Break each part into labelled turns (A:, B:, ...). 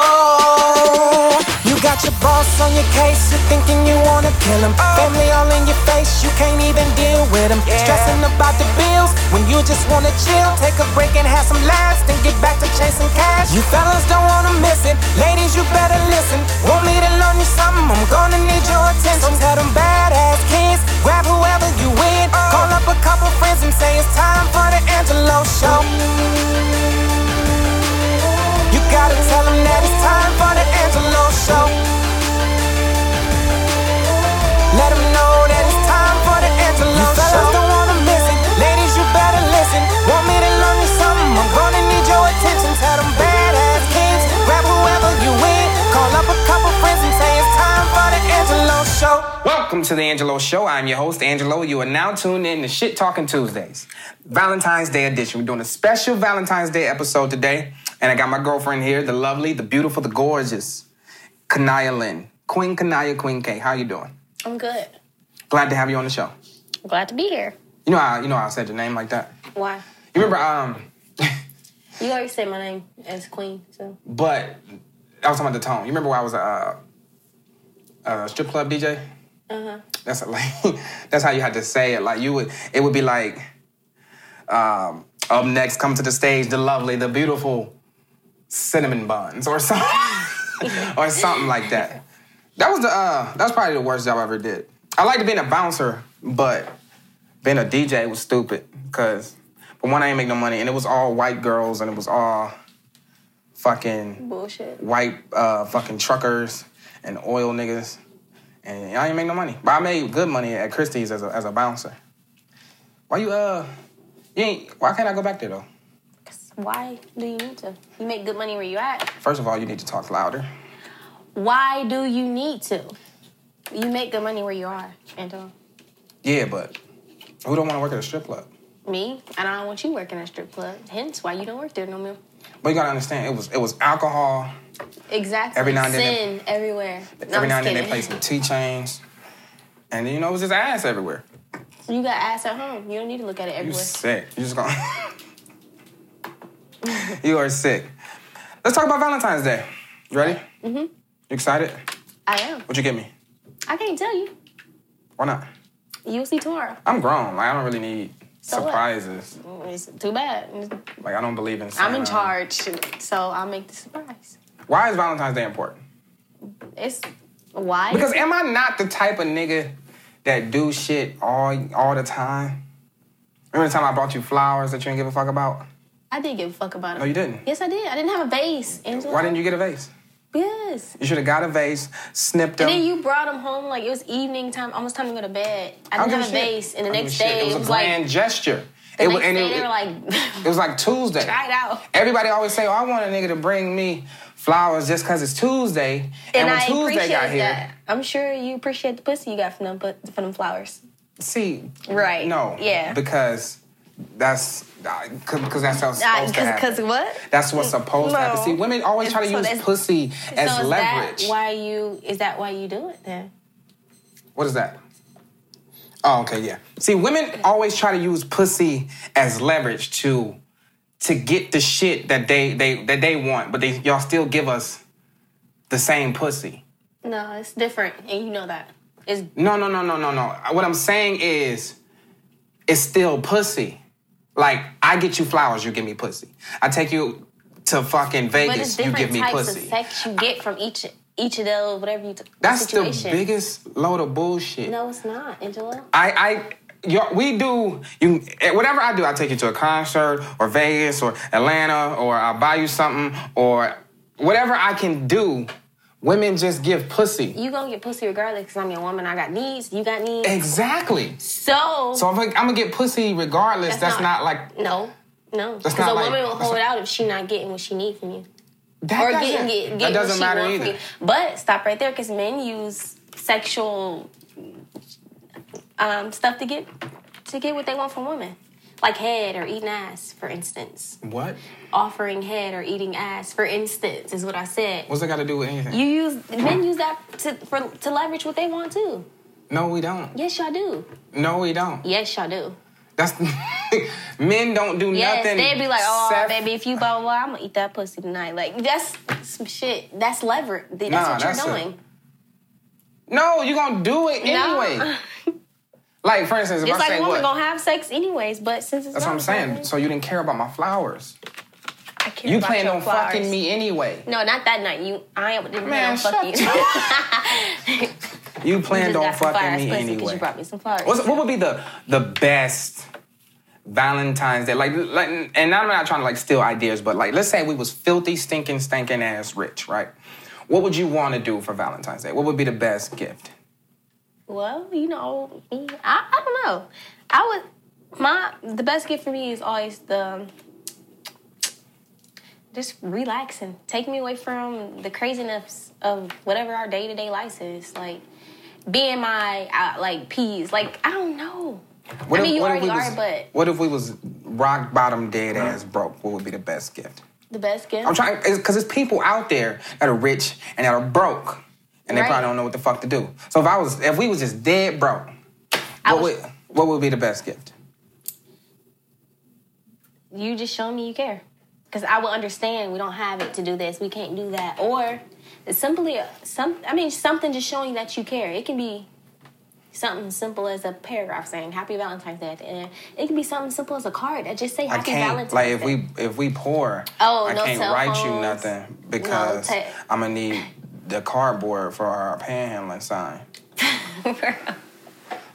A: Michelangelo. You got your boss on your case, you're thinking you wanna kill him. Family all in your face, you can't even deal with him. Stressing about the bills when you just wanna chill. Take a break and have some laughs, then get back to chasing cash. You fellas don't wanna miss it. Ladies, you better listen. Want me to loan you something? I'm gonna need your attention. So tell them badass kids, grab whoever you with. Call up a couple friends and say it's time for the Angelo show. You gotta tell them that it's time for the Angelo show. Let them know that it's time for the Angelo you fellas show. don't wanna miss it. Ladies, you better listen. Want me to learn you something? I'm gonna need your attention. Tell them badass kids, grab whoever you with. Call up a couple friends and say it's time for the Angelo show. Welcome to the Angelo Show. I'm your host, Angelo. You are now tuned in to Shit Talking Tuesdays, Valentine's Day edition. We're doing a special Valentine's Day episode today. And I got my girlfriend here, the lovely, the beautiful, the gorgeous, Kanaya Lynn. Queen Kanaya, Queen K. How you doing?
B: I'm good.
A: Glad to have you on the show.
B: I'm glad to be here.
A: You know how you know how I said your name like that?
B: Why?
A: You remember um
B: You already said my name as queen, so
A: but I was talking about the tone. You remember when I was a, a strip club DJ?
B: uh-huh.
A: That's a, like that's how you had to say it. Like you would, it would be like, um, up next, come to the stage, the lovely, the beautiful, cinnamon buns, or something, or something like that. That was the uh, that was probably the worst job I ever did. I liked being a bouncer, but being a DJ was stupid. Cause, but one, I ain't make no money, and it was all white girls, and it was all fucking
B: Bullshit.
A: white uh, fucking truckers and oil niggas, and I ain't make no money. But I made good money at Christie's as a, as a bouncer. Why you uh, you ain't? Why can't I go back there though?
B: 'Cause Why do you need to? You make good money where you at.
A: First of all, you need to talk louder.
B: Why do you need to? You make good money where you are, Anton.
A: Yeah, but who don't want to work at a strip club?
B: Me, and I don't want you working at a strip club. Hence, why you don't work there no more.
A: But you gotta understand, it was it was alcohol.
B: Exactly.
A: Every now and then
B: Sin everywhere.
A: Every
B: No, I'm
A: now and
B: just
A: then they play
B: kidding.
A: some T chains, and then you know it was just ass everywhere.
B: You got ass at home. You don't need to look at it
A: You
B: everywhere.
A: sick. You just gonna. you are sick. Let's talk about Valentine's Day. You ready? Mm-hmm. You excited?
B: I am.
A: What you get me?
B: I can't tell you.
A: Why not?
B: You'll see tomorrow.
A: I'm grown. Like I don't really need
B: So what?
A: surprises.
B: It's too bad.
A: Like I don't believe in.
B: I'm
A: Santa.
B: in charge, so I'll make the surprise.
A: Why is Valentine's Day important?
B: It's why?
A: Because am I not the type of nigga that do shit all all the time? Remember the time I brought you flowers that you didn't give a fuck about?
B: I did give a fuck about it.
A: No, Oh, you didn't.
B: Yes, I did. I didn't have a vase. Angela.
A: Why didn't you get a vase?
B: Yes.
A: You should have got a vase, snipped
B: And
A: them.
B: then you brought him home like it was evening time, almost time to go to bed. I
A: I don't
B: didn't
A: give
B: have a
A: shit.
B: vase, and the
A: I don't
B: next
A: give a shit.
B: day
A: it was a
B: like
A: grand gesture.
B: the
A: it
B: next
A: was, and
B: day
A: it,
B: they were like,
A: it was like Tuesday.
B: try it out.
A: Everybody always say, "Oh, I want a nigga to bring me flowers just because it's Tuesday."
B: And,
A: when
B: I
A: Tuesday
B: appreciate
A: got here,
B: that. I'm sure you appreciate the pussy you got from them, but from them flowers.
A: see,
B: Right.
A: no,
B: Yeah.
A: because that's because that's how it's
B: I-
A: supposed to happen.
B: what?
A: That's what's supposed to happen.
B: No.
A: See, women always try to
B: So
A: use
B: that's-
A: pussy as
B: so is
A: leverage.
B: that why you? Is that why you do it then?
A: what is that? Oh, okay, yeah. See, women always try to use pussy as leverage to to get the shit that they they that they want, but they y'all still give us the same pussy.
B: No, it's different, and you know that. It's
A: No, no, no, no, no, no. What I'm saying is, it's still pussy. Like I get you flowers, you give me pussy. I take you to fucking
B: But it's
A: Vegas, you
B: different
A: give me
B: types
A: pussy.
B: of sex you get from each each of those, whatever you. T-
A: That's
B: situation.
A: the biggest load of bullshit.
B: No, it's not, Angela.
A: I, I, you we do you eh, whatever I do. I take you to a concert or Vegas or Atlanta or I buy you something or whatever I can do. Women just give pussy.
B: You gonna get pussy regardless because I'm your woman. I got needs. You got needs.
A: Exactly.
B: So,
A: So if I, I'm gonna get pussy regardless. That's,
B: That's
A: not,
B: not-
A: like
B: no, no, because
A: not
B: a
A: like-
B: woman will
A: that's
B: hold
A: not-
B: out if she not getting what she need from you
A: that.
B: or
A: doesn't,
B: getting get,
A: that
B: getting what
A: doesn't
B: she
A: matter
B: want
A: either.
B: from you. But stop right there because men use sexual um, stuff to get to get what they want from women, like head or eating ass, for instance.
A: What?
B: Offering head or eating ass, for instance, is what I said.
A: What's that got to do with anything?
B: You use men use that to for to leverage what they want too.
A: no, we don't.
B: Yes, y'all do.
A: No, we don't.
B: Yes, y'all do.
A: That's men don't do
B: Yes,
A: nothing.
B: they'd be like, "Oh,
A: saf-
B: baby, if you blah blah blah, I'm gonna eat that pussy tonight." Like that's some shit. That's lever. That's
A: Nah,
B: what you're
A: that's a-
B: doing.
A: No, you gonna do it
B: No.
A: anyway. Like for instance, if
B: It's
A: I
B: like
A: say
B: women
A: what.
B: gonna have sex anyways, but since it's
A: that's what I'm saying. So you didn't care about my flowers. You planned on fucking me anyway.
B: No, not that night. You, I didn't plan
A: Man,
B: on
A: shut
B: fucking you.
A: You
B: You
A: planned
B: just
A: on
B: got some
A: fucking
B: flowers,
A: me
B: pussy, 'cause you
A: anyway.
B: brought me some flowers.
A: What's, what would be the the best Valentine's Day? Like, like, and I'm not trying to like steal ideas, but like, let's say we was filthy, stinking, stinking ass rich, right? What would you want to do for Valentine's Day? What would be the best gift?
B: Well, you know, me, I, I don't know. I would my the best gift for me is always the just relaxing. Take me away from the craziness of whatever our day to day life is. Like being my uh, like peas. Like I don't know.
A: What
B: I mean, you
A: what
B: already
A: we
B: are,
A: was-
B: but-
A: what if we was rock bottom, dead ass broke? What would be the best gift?
B: The best gift.
A: I'm trying because there's people out there that are rich and that are broke, and they
B: Right.
A: probably don't know what the fuck to do. So if I was, if we was just dead broke,
B: I
A: what
B: was-
A: would what would be the best gift?
B: you just show me you care. Because I will understand we don't have it to do this, we can't do that. Or it's simply a- some, I mean, something just showing that you care. It can be something simple as a paragraph saying Happy Valentine's Day at the end. It can be something simple as a card that just say
A: I
B: Happy
A: can't
B: Valentine's
A: like if
B: Day.
A: we if we poor,
B: Oh,
A: I
B: no
A: can't
B: cell
A: write you
B: phones,
A: nothing because
B: te-
A: I'm gonna need the cardboard for our panhandling sign.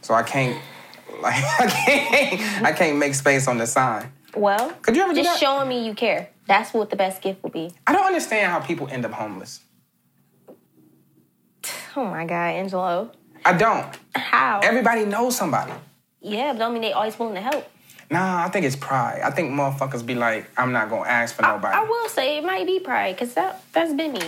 A: So I can't like I can't I can't make space on the sign.
B: well,
A: Could you ever do that?
B: just showing me you care. That's what the best gift will be.
A: I don't understand how people end up homeless.
B: Oh my God, Angelo.
A: I don't.
B: How?
A: Everybody knows somebody.
B: yeah, but don't mean they always willing to help.
A: Nah, I think it's pride. I think motherfuckers be like, I'm not gonna ask for nobody.
B: I will say it might be pride, because that, that's been me.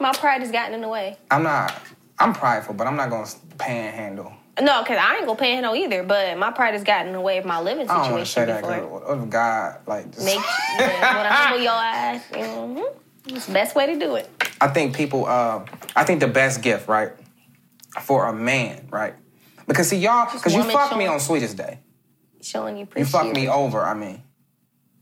B: My pride has gotten in the way.
A: I'm not. I'm prideful, but I'm not gonna panhandle.
B: No, because I ain't gonna pay no either. But my pride has gotten in the way of my living
A: I don't want to say
B: situation
A: that. 'cause
B: before.
A: What if God like? Just,
B: Make yeah, when I humble your ass, hmm it's the best way to do it.
A: I think people. Uh, I think the best gift, right, for a man, right, because see y'all, because you
B: woman
A: fucked me
B: showing-
A: on Sweetest Day.
B: Showing you
A: You
B: appreciation.
A: fucked me over. I mean,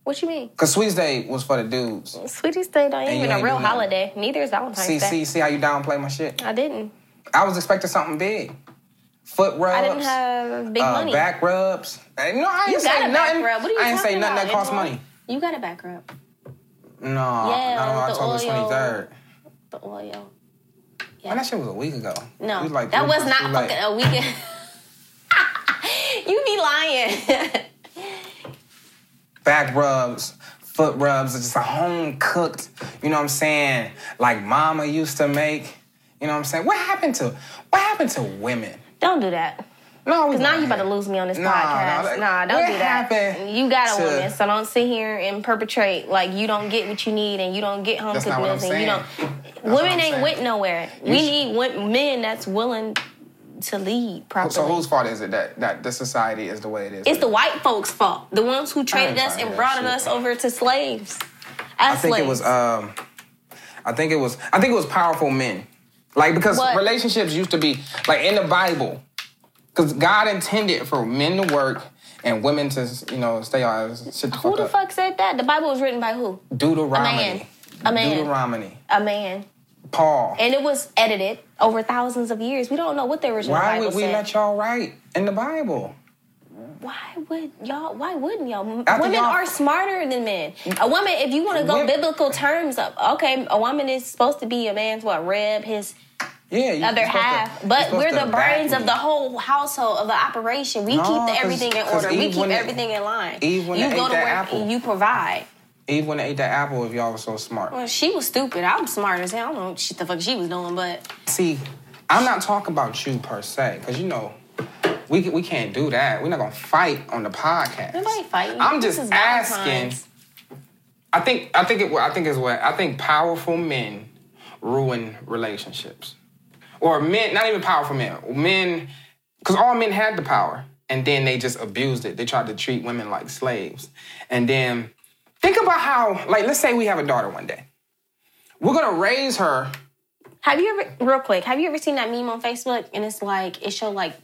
B: What you mean?
A: because Sweetest Day was for the dudes.
B: Sweetie's Day don't
A: you
B: even a
A: ain't
B: real
A: do nothing.
B: holiday. Neither is Valentine's
A: See,
B: Day.
A: see, see how you downplay my shit.
B: I didn't.
A: I was expecting something big. Foot rubs.
B: I didn't have big
A: uh,
B: money.
A: back rubs. Hey, No, I ain't
B: you got
A: say
B: a
A: nothing.
B: back rub. What are you
A: I ain't say
B: talking
A: nothing that
B: about,
A: costs
B: Angela?
A: money.
B: You got a back rub.
A: No,
B: Yeah,
A: not on
B: with the
A: October
B: oil.
A: twenty third.
B: The oil.
A: Man, that shit was a week ago.
B: No,
A: We like-
B: that
A: we-
B: was
A: we
B: not
A: like-
B: fucking a weekend. you be lying.
A: back rubs, foot rubs, it's just a home cooked, you know what I'm saying? Like mama used to make. You know what I'm saying? What happened to what happened to women?
B: don't do that.
A: No,
B: Because now you about to lose me on this
A: Nah, nah,
B: podcast.
A: like,
B: nah, don't
A: what
B: do that.
A: happened
B: You got a
A: to-
B: woman, so don't sit here and perpetrate like you don't get what you need and you don't get home
A: That's
B: cooked
A: not what I'm
B: meals and you
A: saying.
B: don't.
A: what
B: women
A: I'm
B: ain't
A: saying.
B: went nowhere. we need wo- men that's willing to lead properly.
A: So whose fault is it that that the society is the way it is?
B: it's the white folks' fault. The ones who traded
A: trying
B: us
A: to hear
B: and
A: that
B: brought
A: shit.
B: us over to slaves. As
A: I think
B: slaves.
A: it was um I think it was I think it was powerful men. Like because
B: What?
A: relationships used to be like in the Bible. Cause God intended for men to work and women to, you know, stay on shit the
B: who
A: fuck
B: the
A: up.
B: fuck said that? The Bible was written by who?
A: Deuteronomy.
B: A man.
A: Deuteronomy.
B: A man.
A: Paul.
B: And it was edited over thousands of years. We don't know what the original
A: Why
B: Bible
A: would we
B: said.
A: let y'all write in the Bible?
B: Why would y'all? Why wouldn't y'all?
A: After
B: women
A: y'all-
B: are smarter than men. A woman, if you want to go
A: Women-
B: biblical terms, up okay, a woman is supposed to be a man's what rib, his
A: Yeah, you,
B: other
A: you're supposed to-
B: half.
A: you're
B: but
A: supposed
B: we're
A: to
B: the
A: back
B: brains
A: me.
B: of the whole household of the operation. We
A: No,
B: keep
A: 'cause-
B: the, everything in
A: 'cause
B: order. We
A: Eve
B: keep
A: wouldn't-
B: everything in line.
A: Eve wouldn't
B: you
A: have
B: go
A: ate
B: to
A: that
B: work
A: apple.
B: and you provide.
A: Eve wouldn't have ate that apple if y'all were so smart.
B: Well, she was stupid. I'm smart as hell. I don't know what shit the fuck she was doing, but
A: See, I'm not talking about you per se, because you know, we we can't do that. We're not gonna fight on the podcast.
B: nobody fighting.
A: I'm
B: This
A: just
B: is
A: asking.
B: Valentine's.
A: I think I think it. I think is what I think. Powerful men ruin relationships, or men. Not even powerful men. Men, because all men had the power, and then they just abused it. They tried to treat women like slaves, and then think about how. Like, let's say we have a daughter one day. We're gonna raise her.
B: Have you ever, real quick, have you ever seen that meme on Facebook? And it's like, it show like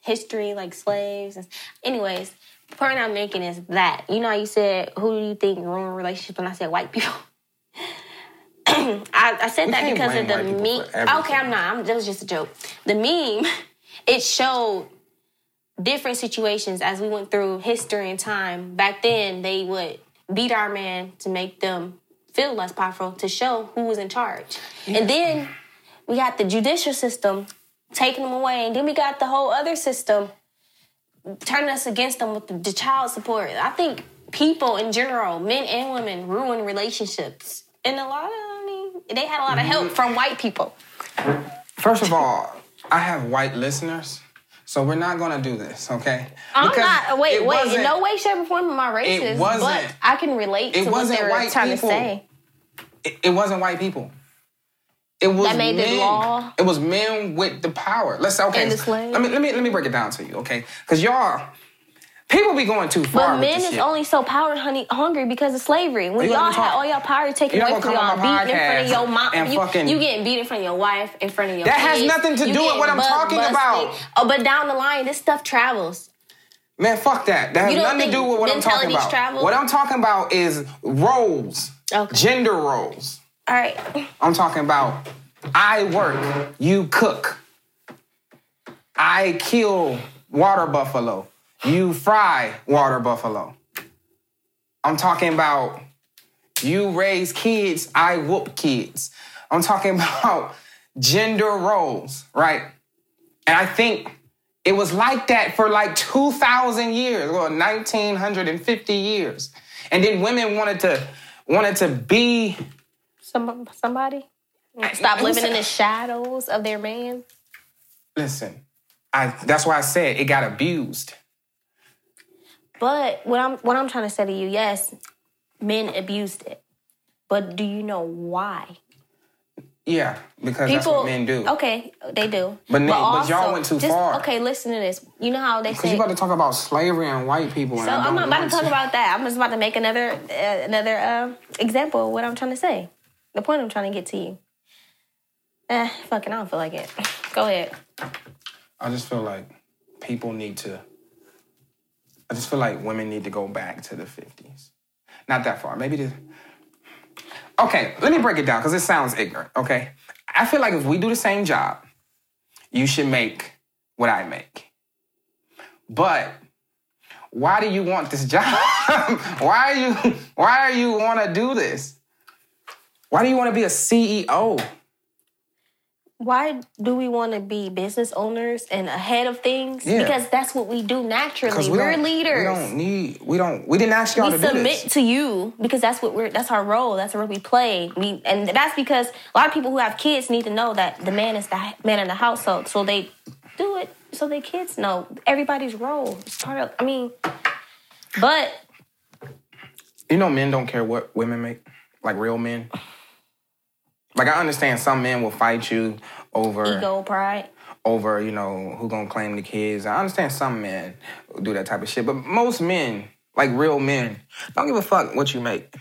B: history, like slaves. and- Anyways, point I'm making is that you know how you said who do you think ruin relationships, and I said white people. I, I said
A: We
B: that
A: can't
B: because
A: blame
B: of
A: white
B: the
A: people
B: meme.
A: for everything.
B: Okay, I'm not. I'm, that was just a joke. The meme it showed different situations as we went through history and time. Back then, they would beat our man to make them feel less powerful to show who was in charge, and then we got the judicial system taking them away, and then we got the whole other system turning us against them with the, the child support. I think people in general, men and women, ruin relationships, and a lot of I mean, they had a lot of help from white people.
A: First of all, I have white listeners, so we're not gonna do this, okay?
B: I'm
A: Because
B: not. Wait,
A: it
B: wait.
A: wasn't-
B: In no way, shape, or form am I racist.
A: wasn't-
B: but I can relate
A: it
B: to what
A: wasn't
B: they were
A: white
B: trying
A: people.
B: to say.
A: It, it wasn't white people. It was
B: That made the
A: men.
B: law?
A: It was men with the power. Let's say okay.
B: And the slaves?
A: Let me let me let me break it down to you, okay? Because y'all, people be going too far.
B: But
A: with
B: men
A: this
B: is
A: shit.
B: only so power honey, hungry because of slavery. When
A: You
B: y'all
A: gonna
B: had
A: talk-
B: all y'all power taken
A: You're
B: away
A: not
B: from
A: gonna
B: y'all,
A: come on my
B: beaten in front of
A: podcast
B: your mom,
A: and
B: you,
A: fucking-
B: you getting beat in front of your wife, in front of your
A: That has
B: kids.
A: nothing to
B: You
A: do with
B: getting
A: what I'm
B: butt
A: talking
B: busted.
A: about.
B: Oh, but down the line, this stuff travels.
A: Man, fuck that. That has
B: You don't
A: nothing to
B: think
A: do with what I'm talking
B: mentalities
A: about.
B: travel?
A: What I'm talking about is roles,
B: Okay.
A: gender roles.
B: All right,
A: I'm talking about I work, you cook. I kill water buffalo, you fry water buffalo. I'm talking about you raise kids, I whoop kids. I'm talking about gender roles, right? And I think it was like that for like 2,000 years or 1,950 years. And then women wanted to wanted to be
B: Some, somebody stop living in the shadows of their man.
A: Listen, I that's why I said it got abused.
B: But what I'm what I'm trying to say to you, yes, men abused it. But do you know why?
A: Yeah, because that's what men do.
B: Okay, they do.
A: But na- but y'all went too far.
B: Okay, listen to this. You know how they
A: Because
B: say.
A: you about to talk about slavery and white people.
B: so I'm not about to talk about that. I'm just about to make another uh, another uh, example of what I'm trying to say. The point I'm trying to get to you. Eh, fucking, I don't feel like it. Go ahead.
A: I just feel like people need to. I just feel like women need to go back to the 50s. Not that far. Maybe the. Okay, let me break it down because it sounds ignorant, okay? I feel like if we do the same job, you should make what I make. But why do you want this job? why are you why are you wanna do this? Why do you wanna be a E CEO?
B: Why do we want to be business owners and ahead of things?
A: Yeah.
B: Because that's what we do naturally.
A: Because
B: We
A: we
B: are
A: don't-
B: leaders.
A: We don't need. We don't. We didn't ask y'all
B: we
A: to do
B: submit
A: this.
B: to you because that's what we're that's our role that's the role we play we and that's because a lot of people who have kids need to know that the man is the h- man in the household so they do it so their kids know everybody's role it's part of i mean but
A: You know, men don't care what women make. Like real men. Like I understand some men will fight you over
B: ego pride
A: over you know who gonna claim the kids. I understand some men do that type of shit, but most men, like real men, don't give a fuck what you make.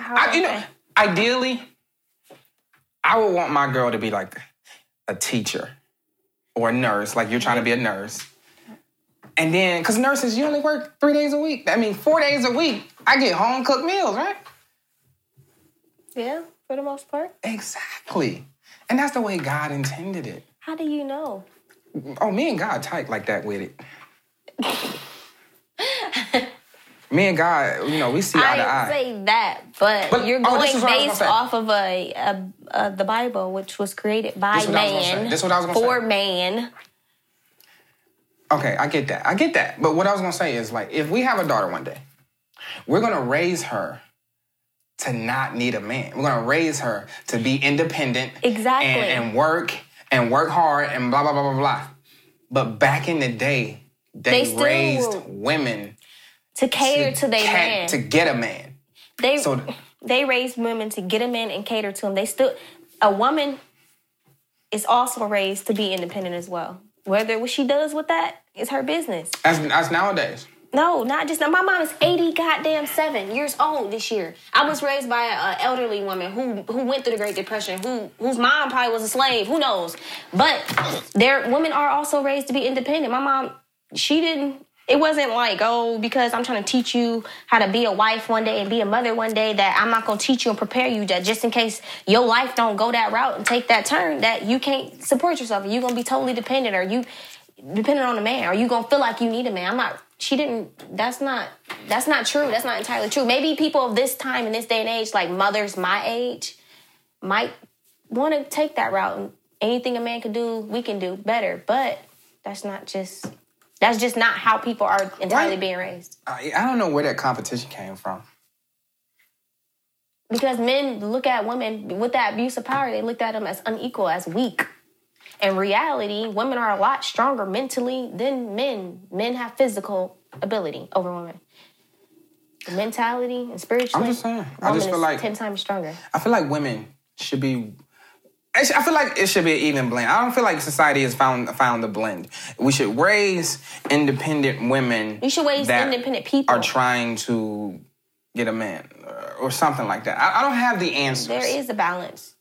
A: I, you know,
B: Okay.
A: ideally, I would want my girl to be like a teacher or a nurse, like you're trying to be a nurse. And then, because nurses, you only work three days a week. I mean, four days a week. I get home cooked meals, right?
B: yeah for the most part
A: Exactly. And that's the way God intended it.
B: how do you know
A: Oh, me and God tight like that with it. me and God, you know, we see eye
B: I
A: to eye.
B: didn't say that, but,
A: But-
B: you're
A: oh,
B: going
A: this is what I was
B: based
A: gonna say.
B: off of a, a, a the Bible, which was created by
A: This is what I was gonna say.
B: man
A: This is what I was gonna
B: for
A: say.
B: man.
A: Okay, I get that. I get that. But what I was gonna say is like, if we have a daughter one day, we're gonna raise her to not need a man. We're gonna raise her to be independent,
B: Exactly.
A: and, and work and work hard and blah blah blah blah blah. But back in the day, they,
B: They still
A: raised
B: were-
A: women
B: To cater to, their
A: cat-
B: man.
A: to get a man.
B: They
A: So-
B: they raise women to get a man and cater to him. They still a woman is also raised to be independent as well. Whether what she does with that is her business.
A: That's, that's nowadays.
B: No, not just now. My mom is eighty goddamn seven years old this year. I was raised by an elderly woman who who went through the Great Depression, who whose mom probably was a slave. Who knows? But their women are also raised to be independent. My mom, she didn't. It wasn't like, oh, because I'm trying to teach you how to be a wife one day and be a mother one day that I'm not going to teach you and prepare you that just in case your life don't go that route and take that turn that you can't support yourself. You're going to be totally dependent or you dependent on a man or you going to feel like you need a man. I'm not she didn't that's not that's not true. That's not entirely true. Maybe people of this time in this day and age like mothers my age might want to take that route and anything a man can do, we can do better, but that's not just that's just not how people are entirely
A: Right.
B: being raised.
A: I, I don't know where that competition came from.
B: Because men look at women with that abuse of power, they looked at them as unequal, as weak. In reality, women are a lot stronger mentally than men. Men have physical ability over women. The mentality and spiritually,
A: I'm just saying. I
B: woman
A: just feel
B: is
A: like-
B: ten times stronger.
A: I feel like women should be. Actually, I feel like it should be an even blend. I don't feel like society has found found the blend. We should raise independent women.
B: You should raise
A: that
B: independent people.
A: Are trying to get a man or- or something like that. I, I don't have the answers.
B: There is a balance.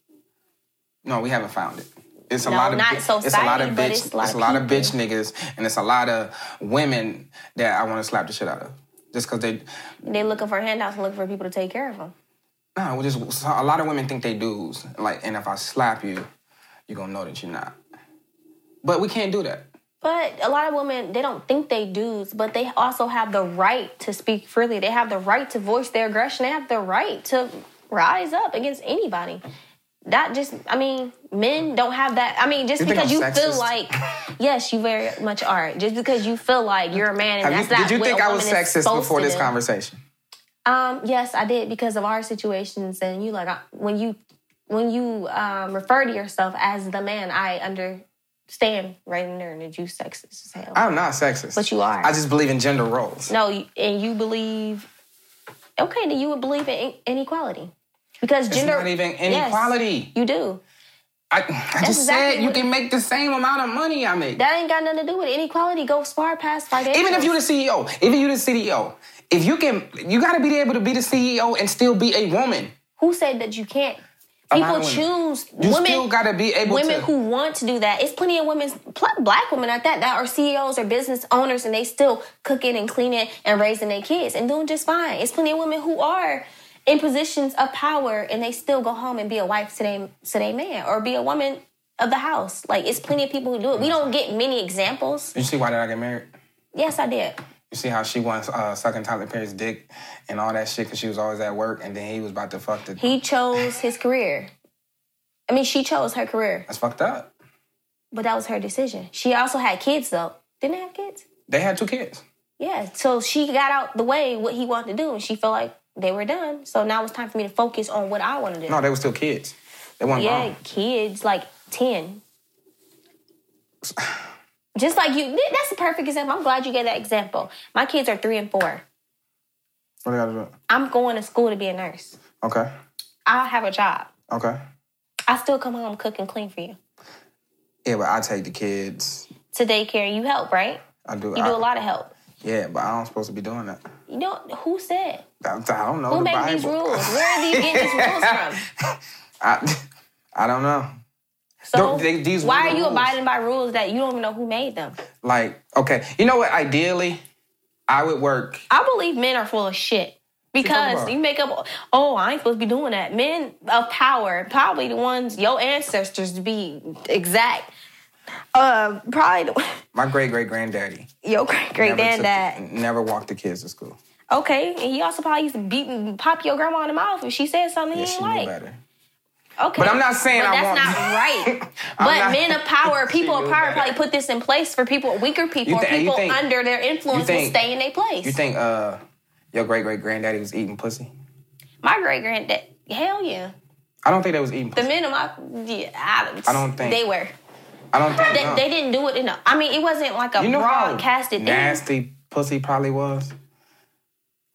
A: No, we haven't found it. It's a
B: No,
A: lot of
B: not
A: bi-
B: society,
A: it's a lot of bitch
B: but it's a lot of people.
A: bitch niggas and it's a lot of women that I want to slap the shit out of just because they
B: They're looking for handouts and looking for people to take care of them.
A: no we just so a lot of women think they dudes like and if I slap you you're gonna know that you're not but we can't do that
B: But a lot of women, they don't think they dudes, but they also have the right to speak freely. They have the right to voice their aggression. They have the right to rise up against anybody. That just, I mean, men don't have that. I mean, just
A: You think
B: because
A: I'm
B: you feel
A: sexist?
B: like, yes, you very much are. Just because you feel like you're a man and
A: Have
B: that's
A: you,
B: not
A: did you
B: what
A: think
B: a
A: I was
B: woman is
A: sexist
B: supposed
A: before
B: to
A: this
B: do.
A: conversation
B: Um, yes, I did because of our situations and you like I- when you when you um, refer to yourself as the man, I understand right in there that you sexist as hell.
A: I'm not sexist
B: But you are.
A: I just believe in gender roles
B: No, you- and you believe. Okay, then you would believe in in- inequality because
A: it's
B: gender.
A: not even
B: Yes,
A: inequality
B: you do.
A: I, I just
B: exactly
A: said you
B: what-
A: can make the same amount of money I make
B: That ain't got nothing to do with it. inequality. Goes far past financial.
A: Even if you're the CEO, even you the CEO, if you can, you got to be able to be the CEO and still be a woman.
B: who said that you can't?
A: lot
B: People
A: of
B: choose
A: You
B: women.
A: still got to be able
B: women
A: to.
B: who want to do that. It's plenty of women, pl- black women at that, that are CEOs or business owners, and they still cooking and cleaning and raising their kids and doing just fine. It's plenty of women who are in positions of power and they still go home and be a wife to their to their man or be a woman of the house. Like it's plenty of people who do it. We don't get many examples.
A: you see why did I get married?
B: Yes, I did.
A: You see how she was uh, sucking Tyler Perry's dick and all that shit because she was always at work, and then he was about to fuck the.
B: He chose his career. I mean, she chose her career,
A: That's fucked up.
B: but that was her decision. She also had kids though. Didn't they have kids?
A: They had two kids.
B: Yeah, so she got out the way what he wanted to do, and she felt like they were done. So now it's time for me to focus on what I want to do.
A: No, they were still kids. They weren't
B: yeah,
A: grown.
B: kids like ten. Just like you, th- that's a perfect example. I'm glad you gave that example. My kids are three and four.
A: What they got to do?
B: I'm going to school to be a nurse.
A: Okay.
B: I have a job.
A: Okay.
B: I still come home, cook and clean for you.
A: Yeah, but I take the kids.
B: To daycare, you help, right?
A: I do.
B: You do a lot of help.
A: Yeah, but I don't supposed to be doing that.
B: You know who said?
A: I, I don't know.
B: Who
A: the
B: made
A: Bible.
B: these rules? Where are these getting these rules from?
A: I, I don't know.
B: So
A: They- these
B: why
A: were
B: are
A: the
B: you
A: rules.
B: abiding by rules that you don't even know who made them?
A: Like, okay, you know what? Ideally, I would work.
B: I believe men are full of shit
A: talking
B: because
A: about?
B: you make up. Oh, I ain't supposed to be doing that. Men of power, probably the ones your ancestors to be exact. Uh, probably the,
A: My great great granddaddy
B: your great great
A: never, took-
B: granddad.
A: never walked the kids to school.
B: Okay, and he also probably used to beat and pop your grandma in the mouth if she said something
A: Yeah,
B: he
A: she
B: didn't
A: knew
B: like.
A: better.
B: Okay.
A: But I'm not saying
B: But
A: I
B: that's
A: want-
B: not right.
A: I'm
B: but
A: not-
B: men of power, people of
A: knew
B: power
A: better.
B: probably put this in place for people, weaker people,
A: thi-
B: or
A: you
B: people
A: think-
B: under their influence
A: think-
B: will stay in their place.
A: You think uh, your great great granddaddy was eating pussy?
B: my great granddad, hell yeah.
A: I don't think they was eating.
B: The
A: Pussy.
B: men of my, yeah, I,
A: I don't think-
B: they were.
A: I don't think
B: They,
A: no.
B: they didn't do it in a, I mean, it wasn't like a
A: You know how
B: broadcasted thing.
A: nasty pussy probably was.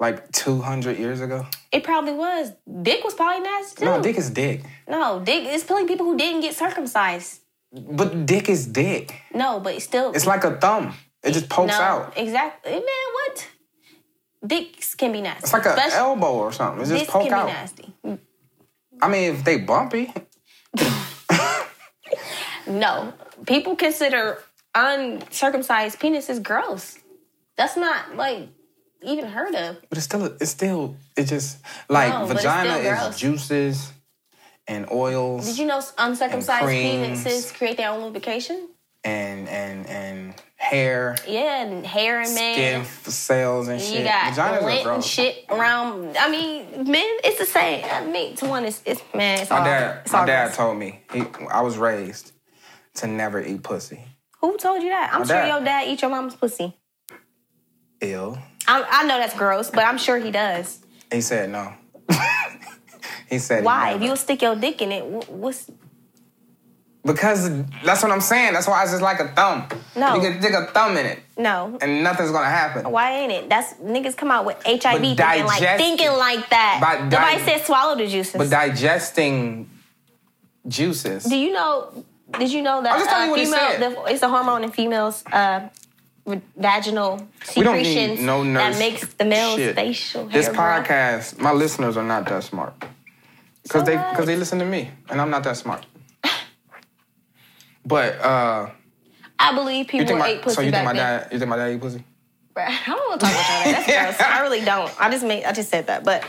A: Like 200 years ago.
B: It probably was. Dick was probably nasty too.
A: No, dick is dick.
B: No, dick, it's probably people who didn't get circumcised.
A: But dick is dick.
B: No, but it's still.
A: It's like a thumb. It just pokes
B: no,
A: out.
B: Exactly. Man, what? Dicks can be nasty.
A: It's like an
B: Especially-
A: elbow or something. It just
B: This
A: poke
B: can
A: out.
B: be nasty.
A: I mean, if they bumpy,
B: No, people consider uncircumcised penises gross. That's not like even heard of.
A: But it's still, it's still, it just like
B: No, but it's
A: vagina
B: still
A: is
B: gross.
A: juices and oils
B: Did you know uncircumcised
A: creams.
B: penises create their own lubrication?
A: and and and hair,
B: Yeah, and hair and
A: skin
B: men.
A: f- cells and shit.
B: You got
A: Vaginas are
B: lint and
A: gross.
B: shit around. I mean, men, it's the same. I mean, to one, it's, it's man, it's
A: My
B: all.
A: dad,
B: it's
A: my
B: all
A: dad
B: gross.
A: told me he, I was raised to never eat pussy.
B: Who told you that? I'm
A: My
B: sure
A: dad.
B: your dad eat your mom's pussy.
A: Ill.
B: I, I know that's gross, but I'm sure he does.
A: He said no. he said he
B: Why? If
A: never.
B: you'll stick your dick in it, wh- what's
A: Because that's what I'm saying. That's why it's just like a thumb.
B: No.
A: You can stick a thumb in it
B: no?
A: and nothing's gonna happen.
B: Why ain't it? That's niggas come out with HIV thinking like
A: digest-
B: thinking like that.
A: But
B: Nobody
A: dig-
B: said swallow the juices.
A: But digesting juices.
B: Do you know? Did you know that
A: I'm just telling
B: uh,
A: you what he
B: female?
A: said.
B: The, it's a hormone in females' uh, v- vaginal
A: we don't
B: secretions
A: need no nurse.
B: that makes the male's
A: shit.
B: facial hair.
A: This
B: grow.
A: podcast, my listeners are not that smart. Cause
B: So
A: they
B: what?
A: cause they listen to me. And I'm not that smart. But uh
B: I believe
A: you
B: people
A: think my,
B: ate pussy
A: so you
B: back
A: think my
B: then.
A: dad you think my dad eat pussy?
B: Bruh, I don't want to talk about y'all. That's gross. I really don't. I just made. I just said that, but